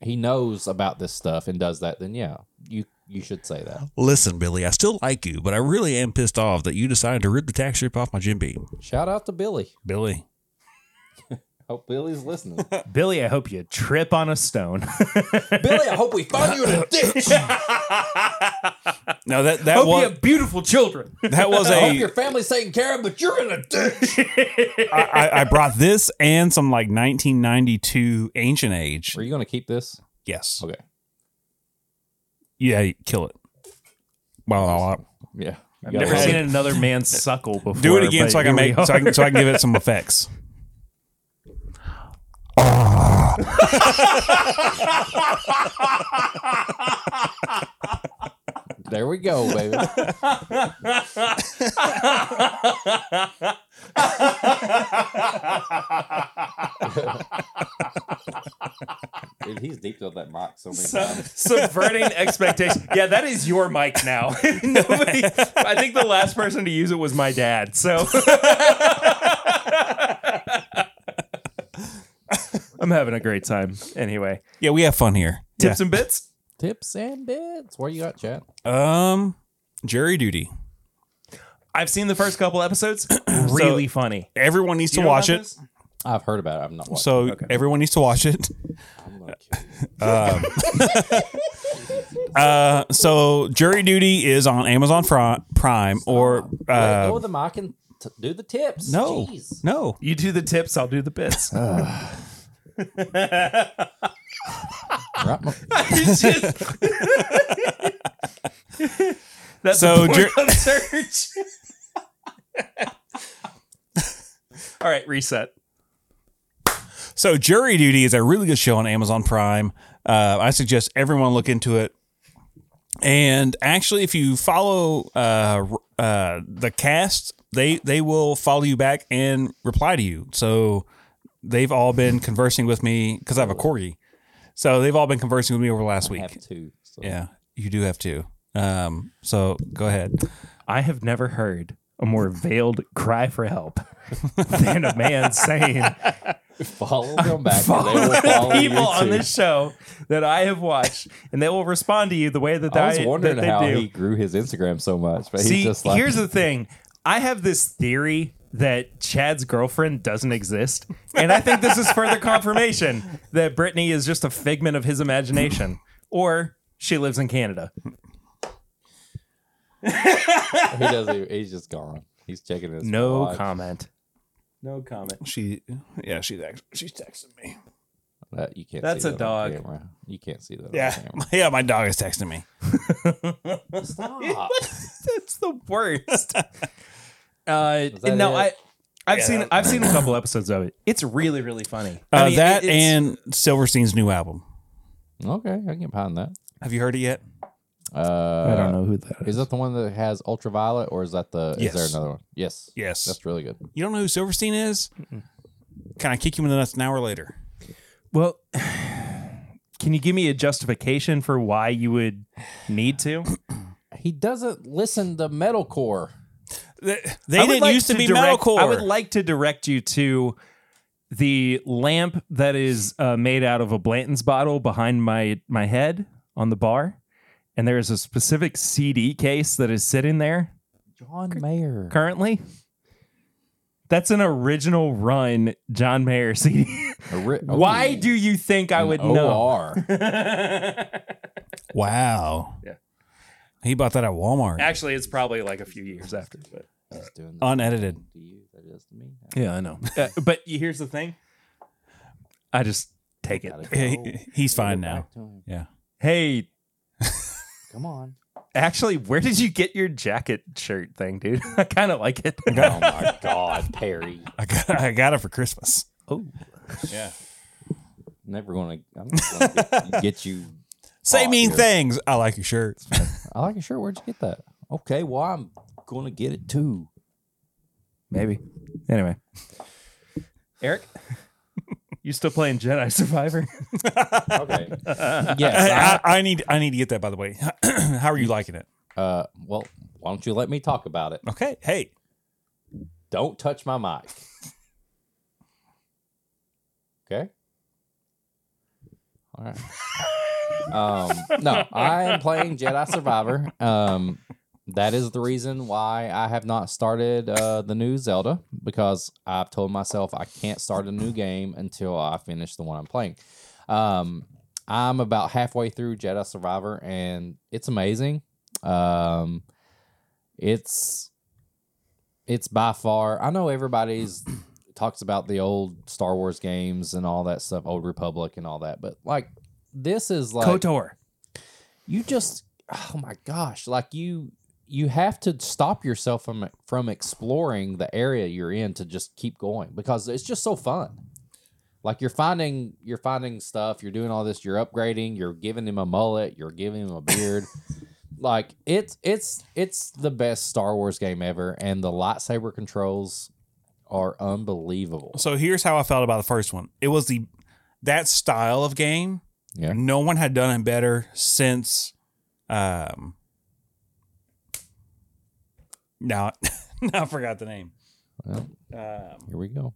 he knows about this stuff and does that, then yeah, you you should say that. listen, Billy, I still like you, but I really am pissed off that you decided to rip the tax strip off my Jim Beam. Shout out to Billy. Billy, Hope Billy's listening. Billy, I hope you trip on a stone. Billy, I hope we find you in a ditch. No, that that hope you was have beautiful children. that was I hope a. your family's taken care of, but you're in a ditch. I, I, I brought this and some like 1992 Ancient Age. Are you going to keep this? Yes. Okay. Yeah, kill it. Wow, wow, wow. Yeah. I've You got never it. seen another man suckle before. Do it again so I but can here make we so I can, so I can give it some effects. There we go, baby. Dude, he's deep up that mic so many are. times. Subverting expectations. Yeah, that is your mic now. Nobody. I think the last person to use it was my dad. So I'm having a great time. Anyway, Yeah, we have fun here. tips and bits. Tips and bits. What you got, chat? Yeah. Um, jury duty. I've seen the first couple episodes. really funny. Everyone needs You to know watch about it. this? I've heard about it. I'm not watching. So everyone needs to watch it. I'm gonna kill you. Uh, so jury duty is on Amazon Fri- Prime or Let uh, go of the mic and t- do the tips. no, Jeez. no. You do the tips, I'll do the bits. Right, my- It's just- That's So, the point Jer- of search. All right, reset. So jury duty is a really good show on Amazon Prime. Uh, I suggest everyone look into it. And actually, if you follow uh, uh, the cast, they they will follow you back and reply to you. So they've all been conversing with me because I have a corgi. So they've all been conversing with me over the last I week. have two. So. Yeah, you do have to. Um, so go ahead. I have never heard a more veiled cry for help than a man saying Follow them back. and follow they will the follow you people on too. this show that I have watched, and they will respond to you the way that, I was they- wondering that they how do. he grew his Instagram so much, but See, he's just like, here's the thing. I have this theory that Chad's girlfriend doesn't exist, and I think this is further confirmation that Brittany is just a figment of his imagination, or she lives in Canada. he doesn't. Even, he's just gone. He's checking his. No watch. comment. No comment. She, yeah, she's actually, she's texting me. That- you can't. That's see a that dog. on camera. You can't see that. Yeah, yeah, my dog is texting me. On camera. Stop. That's the worst. Uh, that no, it? I. I've Yeah. seen I've seen a couple episodes of it. It's really really funny. Uh, I mean, that it- it's- and Silverstein's new album. okay, I can get behind that. Have you heard it yet? Uh, I don't know who that is. Is that the one that has ultraviolet, or is that the? Is there Yes. another one? Yes. Yes. That's really good. You don't know who Silverstein is? Can I kick you in the nuts an hour later? Well, can you give me a justification for why you would need to? He doesn't listen to metalcore. They, they I would didn't like used to, be direct, metalcore. I would like to direct you to the lamp that is uh, made out of a Blanton's bottle behind my my head on the bar, and there is a specific CD case that is sitting there John Mayer. currently. That's an original run John Mayer CD. Ori- Why Ooh, do you think I an would know? OR. wow. Yeah. He bought that at Walmart, Actually, it's probably like a few years after. But. He's doing this unedited. to you. That is to me. Yeah, I know. uh, but y- here's the thing. I just take it. Gotta go. He- he's fine Get now. back to him. Yeah. Hey, Come on. actually, where did you get your jacket shirt thing, dude? I kind of like it. oh my God, Perry. I got, I got it for Christmas. oh, Yeah. Never gonna. I'm not gonna get, get you. Say Aw, mean dude. things. I like your shirt. I like your shirt. Where'd you get that? Okay, well I'm gonna get it too. maybe. Anyway, Eric, you still playing Jedi Survivor? Okay. Hey, I, yes. I need I need to get that by the way. How are you liking it? I- uh, well, why don't you let me talk about it? Okay. Hey. Don't touch my mic. Okay. All right. Um, no, I am playing Jedi Survivor. Um, That is the reason why I have not started uh, the new Zelda because I've told myself I can't start a new game until I finish the one I'm playing. Um, I'm about halfway through Jedi Survivor, and it's amazing. Um, it's it's by far. I know everybody's talks about the old Star Wars games and all that stuff, Old Republic and all that, but like this is like KOTOR. you just oh my gosh like you you have to stop yourself from from exploring the area you're in to just keep going because it's just so fun like you're finding you're finding stuff you're doing all this you're upgrading you're giving him a mullet you're giving him a beard like it's it's it's the best star wars game ever and the lightsaber controls are unbelievable So here's how I felt about the first one. It was the that style of game. Yeah. No one had done it better since. Um. Now, now I forgot the name. Well, Um, here we go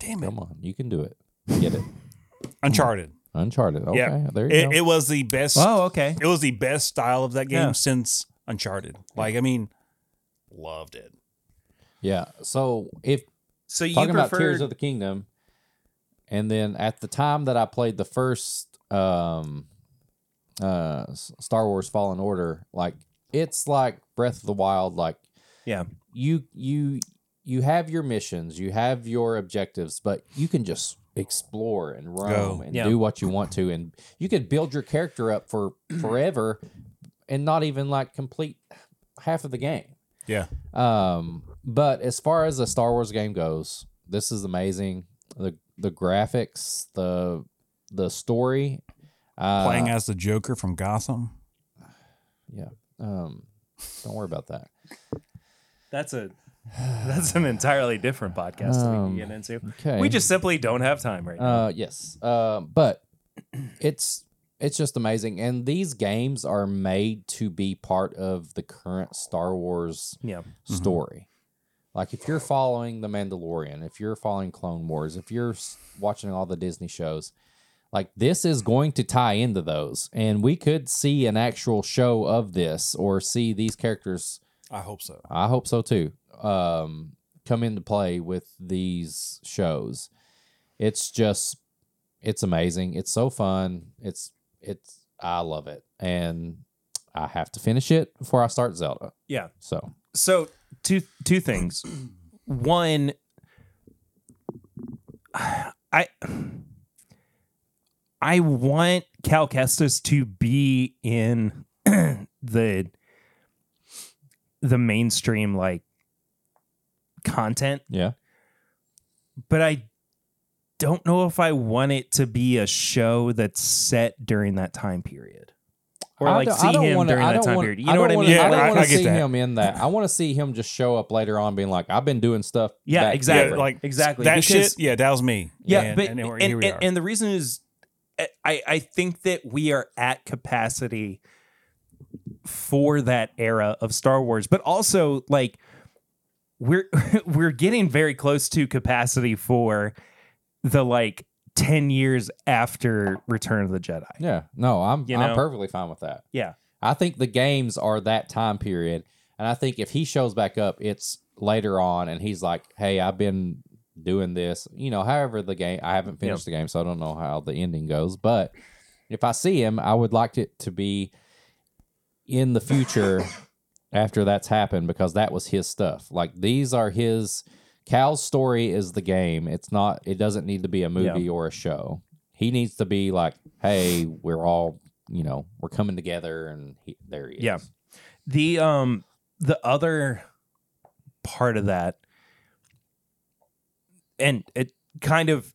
damn it, come on you can do it get it Uncharted. uncharted okay Yeah. there you It, go it was the best. Oh, okay. It was the best style of that game Yeah. since Uncharted. Like, I mean, loved it. yeah so if So you talking about prefer Tears of the Kingdom, and then at the time that I played the first um, uh, S- Star Wars Fallen Order, like it's like Breath of the Wild. Like Yeah. you you you have your missions, you have your objectives, but you can just explore and roam Go. and Yeah. do what you want to, and you could build your character up for forever, and not even like complete half of the game. Yeah. Um, but as far as the Star Wars game goes, this is amazing. The the graphics, the the story, uh, Playing as the Joker from Gotham. Um, don't worry about that. that's a that's an entirely different podcast that we Um, can get into. Okay, We just simply don't have time right now. uh, yes, uh, but it's it's just amazing, and these games are made to be part of the current Star Wars yeah. story. Like if you're following The Mandalorian, if you're following Clone Wars, if you're s- watching all the Disney shows, like this is going to tie into those, and we could see an actual show of this or see these characters. I hope so. I hope so too. Um, come into play with these shows. It's just, it's amazing. It's so fun. It's it's I love it, and I have to finish it before I start Zelda. Yeah. So So two two things. One, I I want Cal Kestis to be in the the mainstream like content, yeah. but I don't know if I want it to be a show that's set during that time period. Or I like don't- I see don't him wanna- during I that don't time wanna- period. You know what I don't mean? wanna- Yeah, I I- don't want I to get see that. him in that. I want to see him just show up later on, being like, "I've been doing stuff." Yeah, back exactly. here." like Exactly, that because- shit. Yeah, that was me. Yeah, And- but and and, then we're- and, here we are. and the reason is, eh, I I think that we are at capacity for that era of Star Wars, but also like we're we're getting very close to capacity for the like ten years after Return of the Jedi. Yeah, no, I'm You know? I'm perfectly fine with that. Yeah. I think the games are that time period, and I think if he shows back up, it's later on, and he's like, "Hey, I've been doing this," you know. However, the game I haven't finished the game, so I don't know how the ending goes. But if I see him, I would like it to be in the future after that's happened because that was his stuff. Like these are his. Cal's story is the game. It's not. It doesn't need to be a movie or a show. He needs to be like, "Hey, we're all." You know, we're coming together, and he, there he is. Yeah. The um the other part of that and it kind of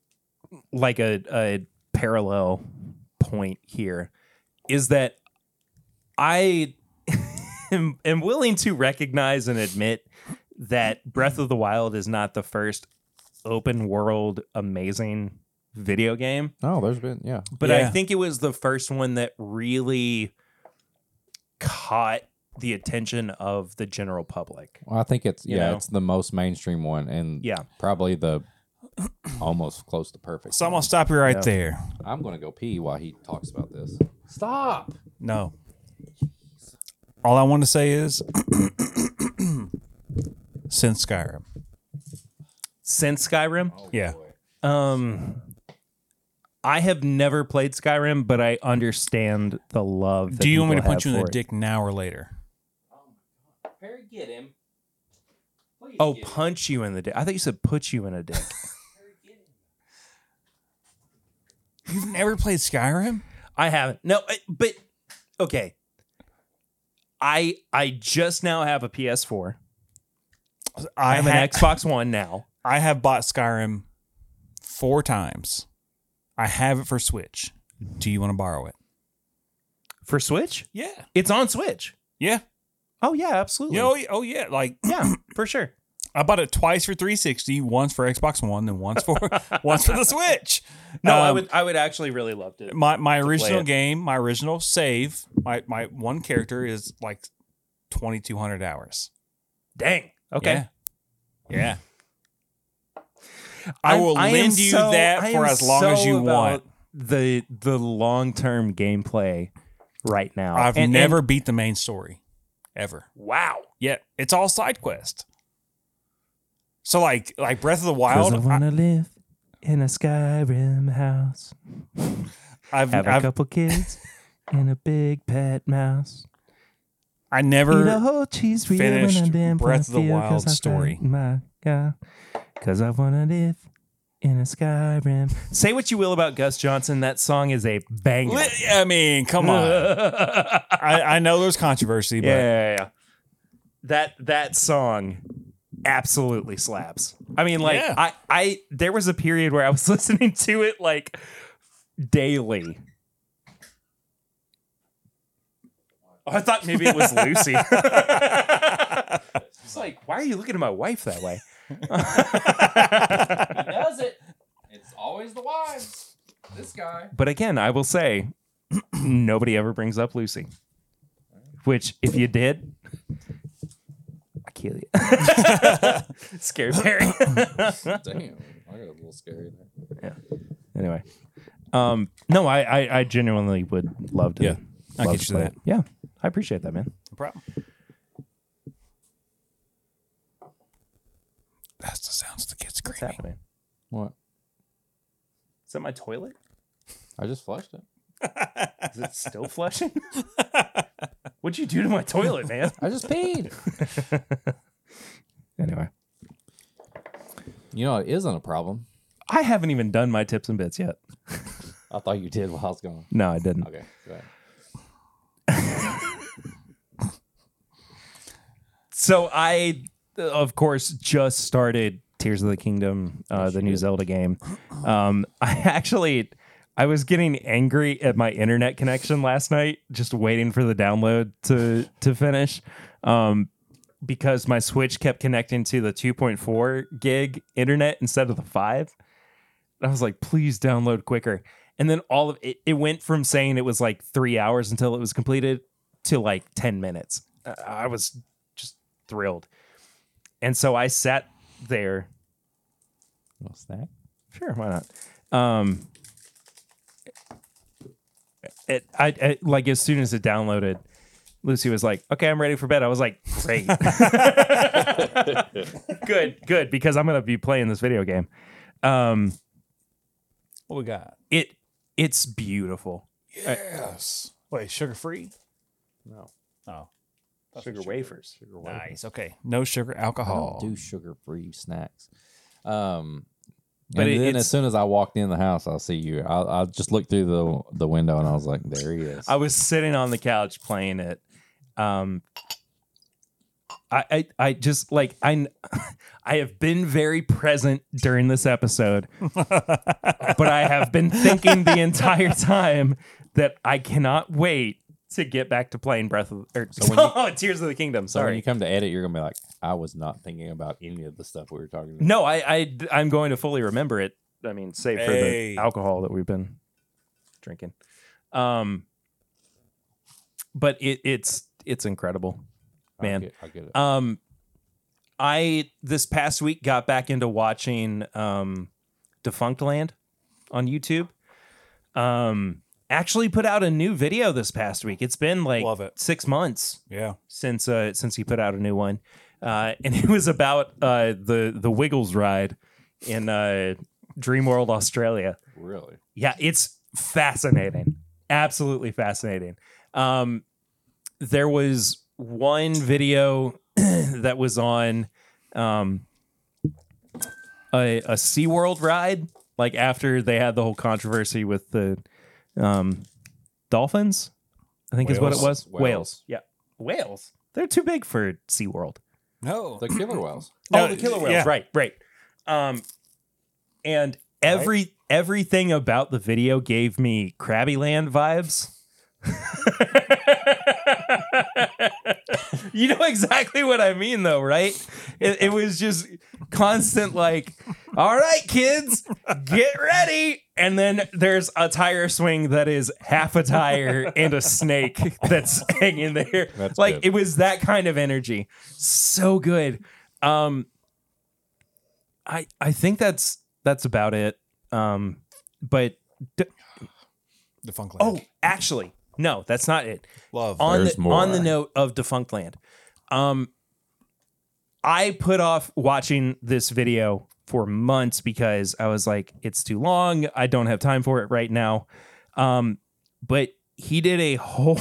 like a, a parallel point here is that I am, am willing to recognize and admit that Breath of the Wild is not the first open world amazing video game Oh, there's been yeah. but I Yeah. think it was the first one that really caught the attention of the general public. Well, I think it's You yeah, know? it's the most mainstream one, and Yeah. probably the almost close to perfect. so I'm one. gonna stop you right Yeah. there. I'm gonna go pee while he talks about this. Stop. No. all I want to say is since Skyrim. Since Skyrim, yeah. um, I have never played Skyrim, but I understand the love. That Do you want me to people punch you have in the for it. dick now or later? Perry, get him. Oh, punch you in the dick. I thought you said put you in a dick. You've never played Skyrim? I haven't. No, I- but okay. I I just now have a PS4. I have an ha- Xbox One now. I have bought Skyrim four times. I have it for Switch. Do you want to borrow it? For Switch? Yeah. It's on Switch. Yeah. Oh yeah, absolutely. Yeah, oh, yeah. Oh, yeah. Like yeah, for sure. I bought it twice for 360, once for Xbox One, and once for once for the Switch. No, I Um, would I would actually really love to. my my original it. game, my original save, my my one character is like 2200 hours. Dang. Okay. Yeah. Yeah. I I'm- will I am lend you so- I that for am as long as so you about want. The the long term gameplay right now. I've And- never and- beat the main story ever. wow. Yeah, it's all side quest. So like like Breath of the Wild, Because I I, wanna live in a Skyrim house. I've, Have a I've couple kids and a big pet mouse. I Eat a never whole cheese wheel finished when I'm done Breath of the playing Wild field 'cause I story. find My God, because I want to live in a Skyrim. Say what you will about Gus Johnson, that song is a banger. Li- I mean, come on. yeah, I, I know there's controversy, but yeah, yeah. That that song absolutely slaps. I mean, like Yeah. I I there was a period where I was listening to it like daily. I thought maybe it was Lucy. it's like, why are you looking at my wife that way? does it. It's always the wives. This guy. But again, I will say, nobody ever brings up Lucy. Which, if you did, I kill you. Scary Perry. Damn. I got a little scary there. anyway, um, no, I, I I genuinely would love to. Yeah, I'll love get to you play that. it. Yeah, I appreciate that, man. No problem. That's the sounds of the kids What's screaming. happening? What? Is that my toilet? I just flushed it. Is it still flushing? What'd you do to my toilet, man? I just peed. Anyway, you know, it isn't a problem. I haven't even done my tips and bits yet. I thought you did while I was gone. No, I didn't. Okay. Go ahead. so I, uh, of course, just started Tears of the Kingdom, uh, the new Zelda game. Um, I actually, I was getting angry at my internet connection last night, just waiting for the download to to finish, um, because my Switch kept connecting to the 2.4 gig internet instead of the five. And I was like, please download quicker. And then all of it, it went from saying it was like three hours until it was completed to like 10 minutes. I- I was just thrilled. And so I sat there. What's that? Sure, why not? Um, it, I, I like as soon as it downloaded, Lucy was like, "Okay, I'm ready for bed." I was like, "Great, good, good," because I'm gonna be playing this video game. Um, What we got? it it's beautiful. Yes. Wait, sugar free? No. Oh, Sugar wafers. Sugar wafer. nice. Okay, no sugar, I alcohol. don't do sugar-free snacks. Um, But but it- then it's- as soon as I walked in the house, I see you. I, I just looked through the the window and I was like, "There he is." I was sitting on the couch playing it. Um, I, I I just like I I have been very present during this episode, but I have been thinking the entire time that I cannot wait to get back to playing Breath of or, when you- oh, Tears of the Kingdom. so when Sorry, you come to edit, you're gonna be like, "I was not thinking about any of the stuff we were talking about." no, I, I I'm going to fully remember it. I mean, save for Hey. the alcohol that we've been drinking. Um, but it it's it's incredible, man. I get, I get it. Um, I this past week got back into watching um, Defunct Land on YouTube. Um, actually put out a new video this past week. It's been like Love it. six months Yeah. since uh, since he put out a new one, uh, and it was about uh, the the Wiggles ride in uh, Dreamworld Australia. Really? Yeah, it's fascinating. Absolutely fascinating. Um, there was one video that was on um, a, a SeaWorld ride, like after they had the whole controversy with the um, dolphins, I think is what it was. Whales. Whales. Yeah. Whales. They're too big for SeaWorld. No. The killer whales. Oh, Uh, the killer whales. yeah. Right, right. Um, and every everything about the video gave me Krabby Land vibes. you know exactly what I mean, though, right? It, it was just constant, like, all right, kids, get ready. And then there's a tire swing that is half a tire and a snake that's hanging there. That's like, good. it was that kind of energy. So good. Um, I I think that's that's about it. Um, but d- The Funkland. oh, actually, no, that's not it. love. On There's the more. on the note of Defunctland, um, I put off watching this video for months because I was like, it's too long. I don't have time for it right now. Um, but he did a whole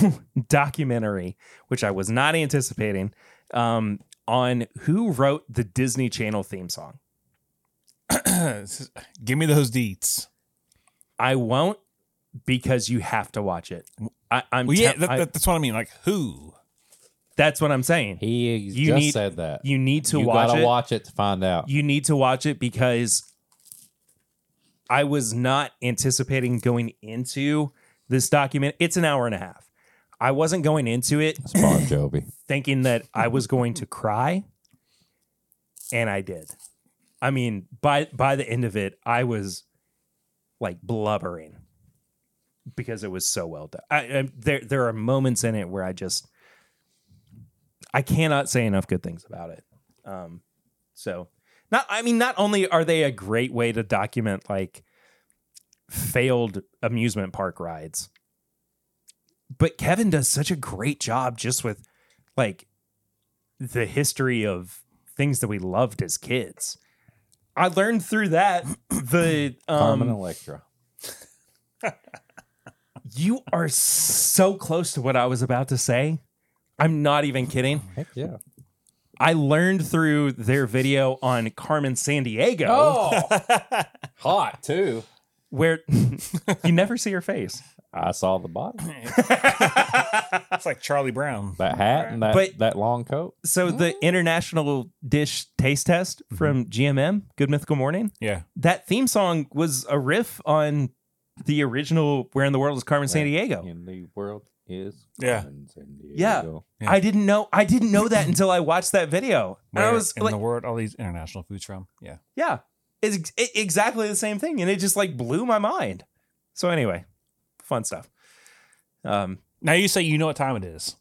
documentary, which I was not anticipating, um, on who wrote the Disney Channel theme song. Give me those deets. I won't because you have to watch it. I, I'm Well, yeah, te- that, I- that- that's what I mean. Like who? that's what I'm saying. He You just need- said that. you need to You watch gotta it. watch it to find out. You need to watch it because I was not anticipating going into this document. It's an hour and a half. I wasn't going into it That's Bon Jovi. thinking that I was going to cry, and I did. I mean, by by the end of it, I was like blubbering because it was so well done. I, I, there there are moments in it where I just I cannot say enough good things about it. Um, so not I mean, not only are they a great way to document like failed amusement park rides, but Kevin does such a great job just with like the history of things that we loved as kids. I learned through that the Carmen um, Electra. you are so close to what I was about to say. I'm not even kidding. Heck yeah. I learned through their video on Carmen San Diego hot too. where you never see her face. I saw the body. It's like Charlie Brown. That hat and that, But- that long coat. So the international dish taste test Mm-hmm. from GMM, Good Mythical Morning, Yeah. that theme song was a riff on the original Where in the World is Carmen San Diego. In the world is Yeah. Carmen San Diego. Oh. Yeah. Yeah. I didn't know I didn't know that until I watched that video. And I Where was in like, the world all these international foods from? Yeah. yeah, it's ex- it- exactly the same thing, and it just like blew my mind. So anyway, fun stuff. Um, Now you say you know what time it is.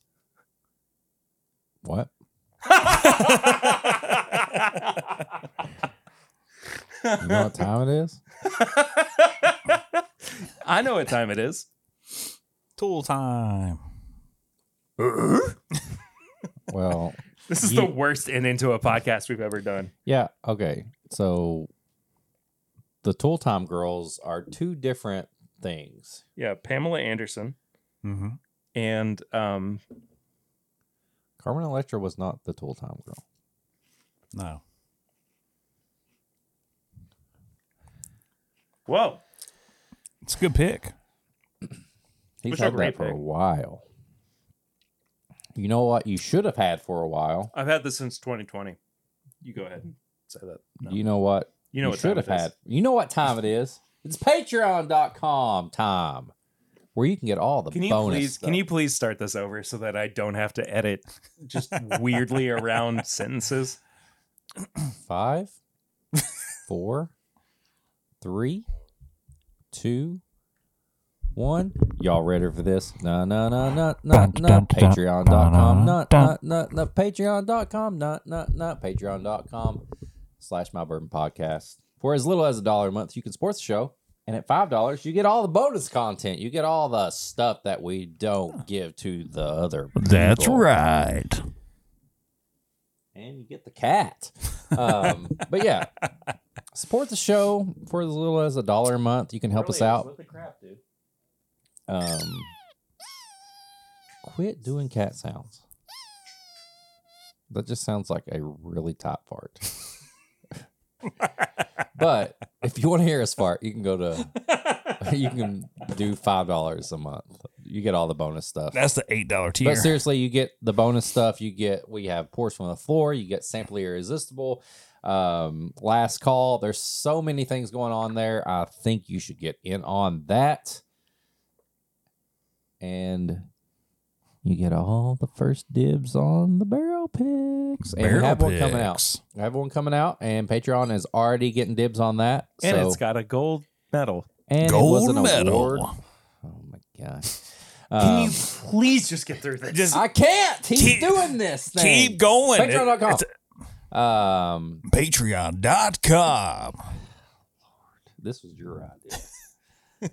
What? You know what time it is? I know what time it is. Tool time. Well, This is Ye- the worst end into a podcast we've ever done. yeah. Okay. So the Tool Time Girls are two different things. Yeah, Pamela Anderson Mm-hmm. and um, Carmen Electra was not the Tool Time Girl. No. whoa, It's a good pick. He's Which are had great that for a pick. while. You know what you should have had for a while? I've had this since 2020. You go ahead and say that. No. You know what You know what should time have it is. had. You know what time it is? It's patreon.com time where you can get all the Can you bonus please stuff. can you please start this over so that I don't have to edit just weirdly around sentences? five, four, three, two, one. Y'all ready for this? No, no, no, no, no, no. Dun, dun, dun, Patreon.com, dun, no, no, dun. no, no. Patreon.com, no, no, no. Patreon.com slash My Bourbon Podcast. For as little as a dollar a month, you can support the show. And at five dollars, you get all the bonus content. You get all the stuff that we don't give to the other. people. right. and you get the cat. Um, but yeah, support the show for as little as a dollar a month. You can help us out. Um, quit doing cat sounds. That just sounds like a really top fart. but if you want to hear us fart, you can go to you can do five dollars a month. You get all the bonus stuff. That's the eight dollar tier. But seriously, you get the bonus stuff. You get we have Pours from the floor. You get Sample Irresistible. Um, last call. There's so many things going on there. I think you should get in on that. And you get all the first dibs on the barrel picks. and we have one coming out. picks. I have one coming out, and Patreon is already getting dibs on that. And so, it's got a gold medal. and it was Gold an medal. award. Oh my gosh. Um, please just get through this? Just I can't. He's Keep- doing this thing. keep going. Patreon.com. It's Um, Patreon.com. this was your idea.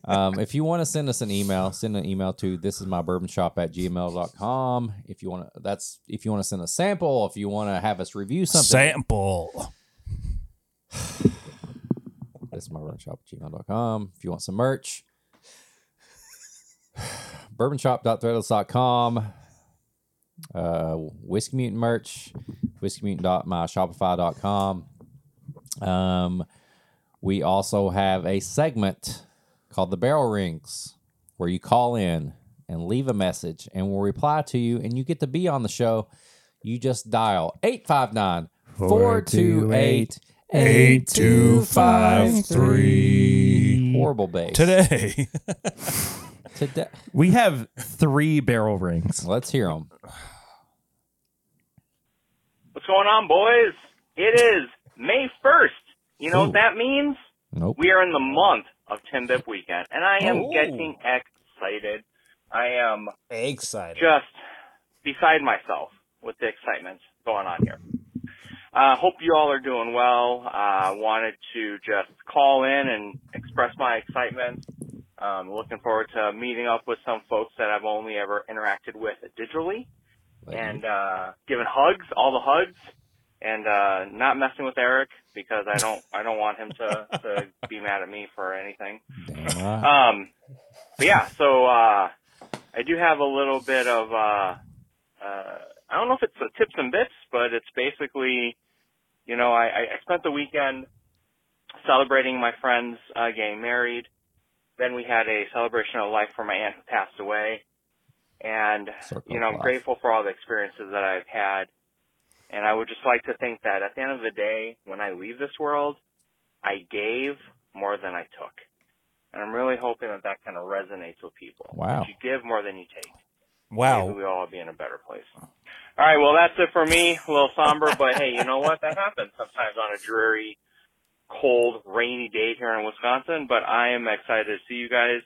um, if you want to send us an email, send an email to this is my bourbon shop at gmail.com. If you want to, that's if you want to send a sample, if you want to have us review something, Sample. this is my bourbon shop at gmail.com. If you want some merch, bourbonshop.threadless.com, uh, whiskey mutant merch, whiskeymutant.myshopify.com. Um, we also have a segment called the Barrel Rings where you call in and leave a message and we'll reply to you and you get to be on the show. You just dial 859 428 8253. Horrible bass. Today. Today. We have three barrel rings. Let's hear them. What's going on, boys? It is May 1st. You know Ooh. what that means? Nope. We are in the month of 10 Bip Weekend, and I am Oh. getting excited. I am Excited. just beside myself with the excitement going on here. Uh, hope you all are doing well. Uh, wanted to just call in and express my excitement. Um, looking forward to meeting up with some folks that I've only ever interacted with digitally and uh, giving hugs, all the hugs, and uh, not messing with Eric because I don't I don't want him to, to be mad at me for anything. Damn right. Um, but yeah, so uh, I do have a little bit of uh, uh, I don't know if it's a tips and bits, but it's basically, you know, I, I I spent the weekend celebrating my friend's uh, getting married. Then we had a celebration of life for my aunt who passed away, and Circle you know, of I'm life. grateful for all the experiences that I've had. And I would just like to think that at the end of the day, when I leave this world, I gave more than I took. And I'm really hoping that that kind of resonates with people. Wow. If you give more than you take, maybe Wow. we all be in a better place. All right, well, that's it for me. A little somber, but hey, you know what? That happens sometimes on a dreary, cold, rainy day here in Wisconsin. But I am excited to see you guys.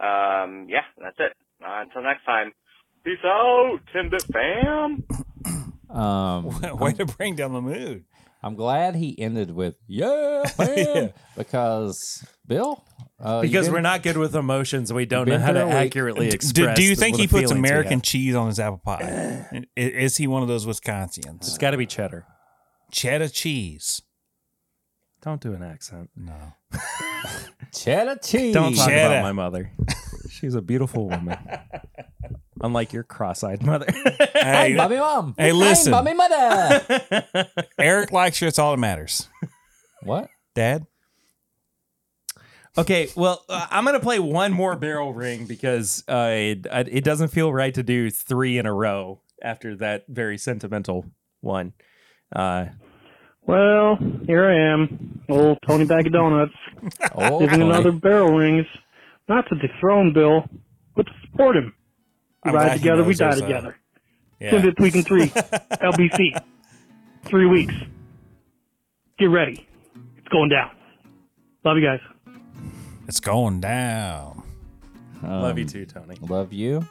Um, yeah, that's it. Uh, until next time, peace out, Timbit fam. Um, Way to bring down the mood. I'm glad he ended with yeah, Yeah. man," because Bill, uh, you Because didn't- we're not good with emotions, we don't Been know how to through a week. accurately D- express. do you the- think the he puts feelings we American have. cheese on his apple pie? I- Is he one of those Wisconsians? It's got to be cheddar. Cheddar cheese. Don't do an accent. No. cheddar cheese. Don't talk Cheddar. about my mother. She's a beautiful woman. Unlike your cross-eyed mother. Hey, Bobby mom. Hey, I'm listen. Bobby mother. Eric likes you. It's all that matters. what? Dad? okay, well, uh, I'm gonna play one more barrel ring because uh, it, uh, it doesn't feel right to do three in a row after that very sentimental one. Uh, Well, here I am, old Tony Bag of Donuts, Oh, giving boy. another barrel rings, not to dethrone Bill, but to support him. We I'm glad ride he together, we knows die us, uh, together. Send Yeah. it week in three, LBC, three weeks. Get ready, it's going down. Love you guys. It's going down. Um, love you too, Tony. Love you,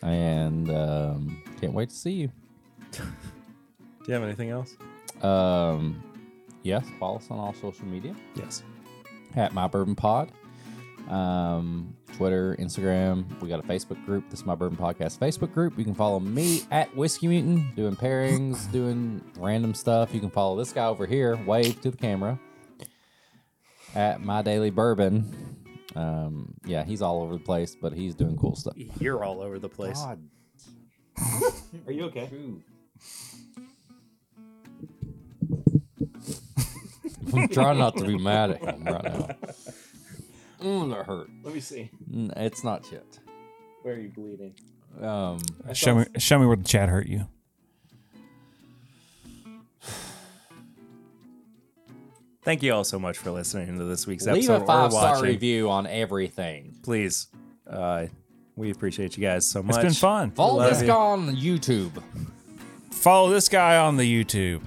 and um, can't wait to see you. Do you have anything else? Um, yes, follow us on all social media Yes. at My Bourbon Pod. um, Twitter, Instagram. We got a Facebook group. This is my Bourbon Podcast Facebook group. You can follow me at Whiskey Mutant, doing pairings, doing random stuff. You can follow this guy over here, wave to the camera, at My Daily Bourbon. Um, yeah, he's all over the place, but he's doing cool stuff. You're all over the place. Are you okay? I'm trying not to be mad at him right now. Mm, that hurt. Let me see. Mm, It's not shit. Where are you bleeding? Um, Show me, show me where the chat hurt you. Thank you all so much for listening to this week's leave episode a five or star watching. review on everything. Please, uh, we appreciate you guys so much. It's been fun. Follow Love this you. guy on YouTube. Follow this guy on the YouTube.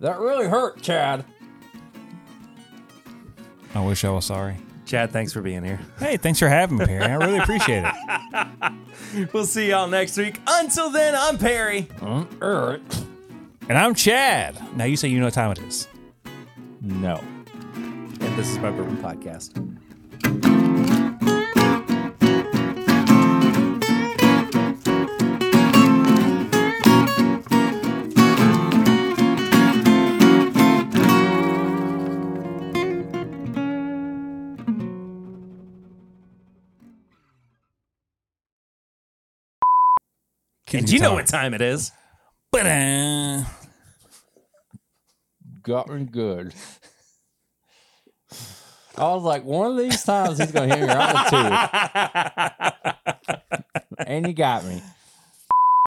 That really hurt, Chad. I wish I was sorry. Chad, thanks for being here. Hey, thanks for having me, Perry. I really appreciate it. We'll see y'all next week. Until then, I'm Perry. Eric. And I'm Chad. Now you say you know what time it is. No. And this is my bourbon podcast. And you know what time it is. Ba-da. Gotten good. I was like, one of these times he's gonna hit me right in the tooth. and you got me.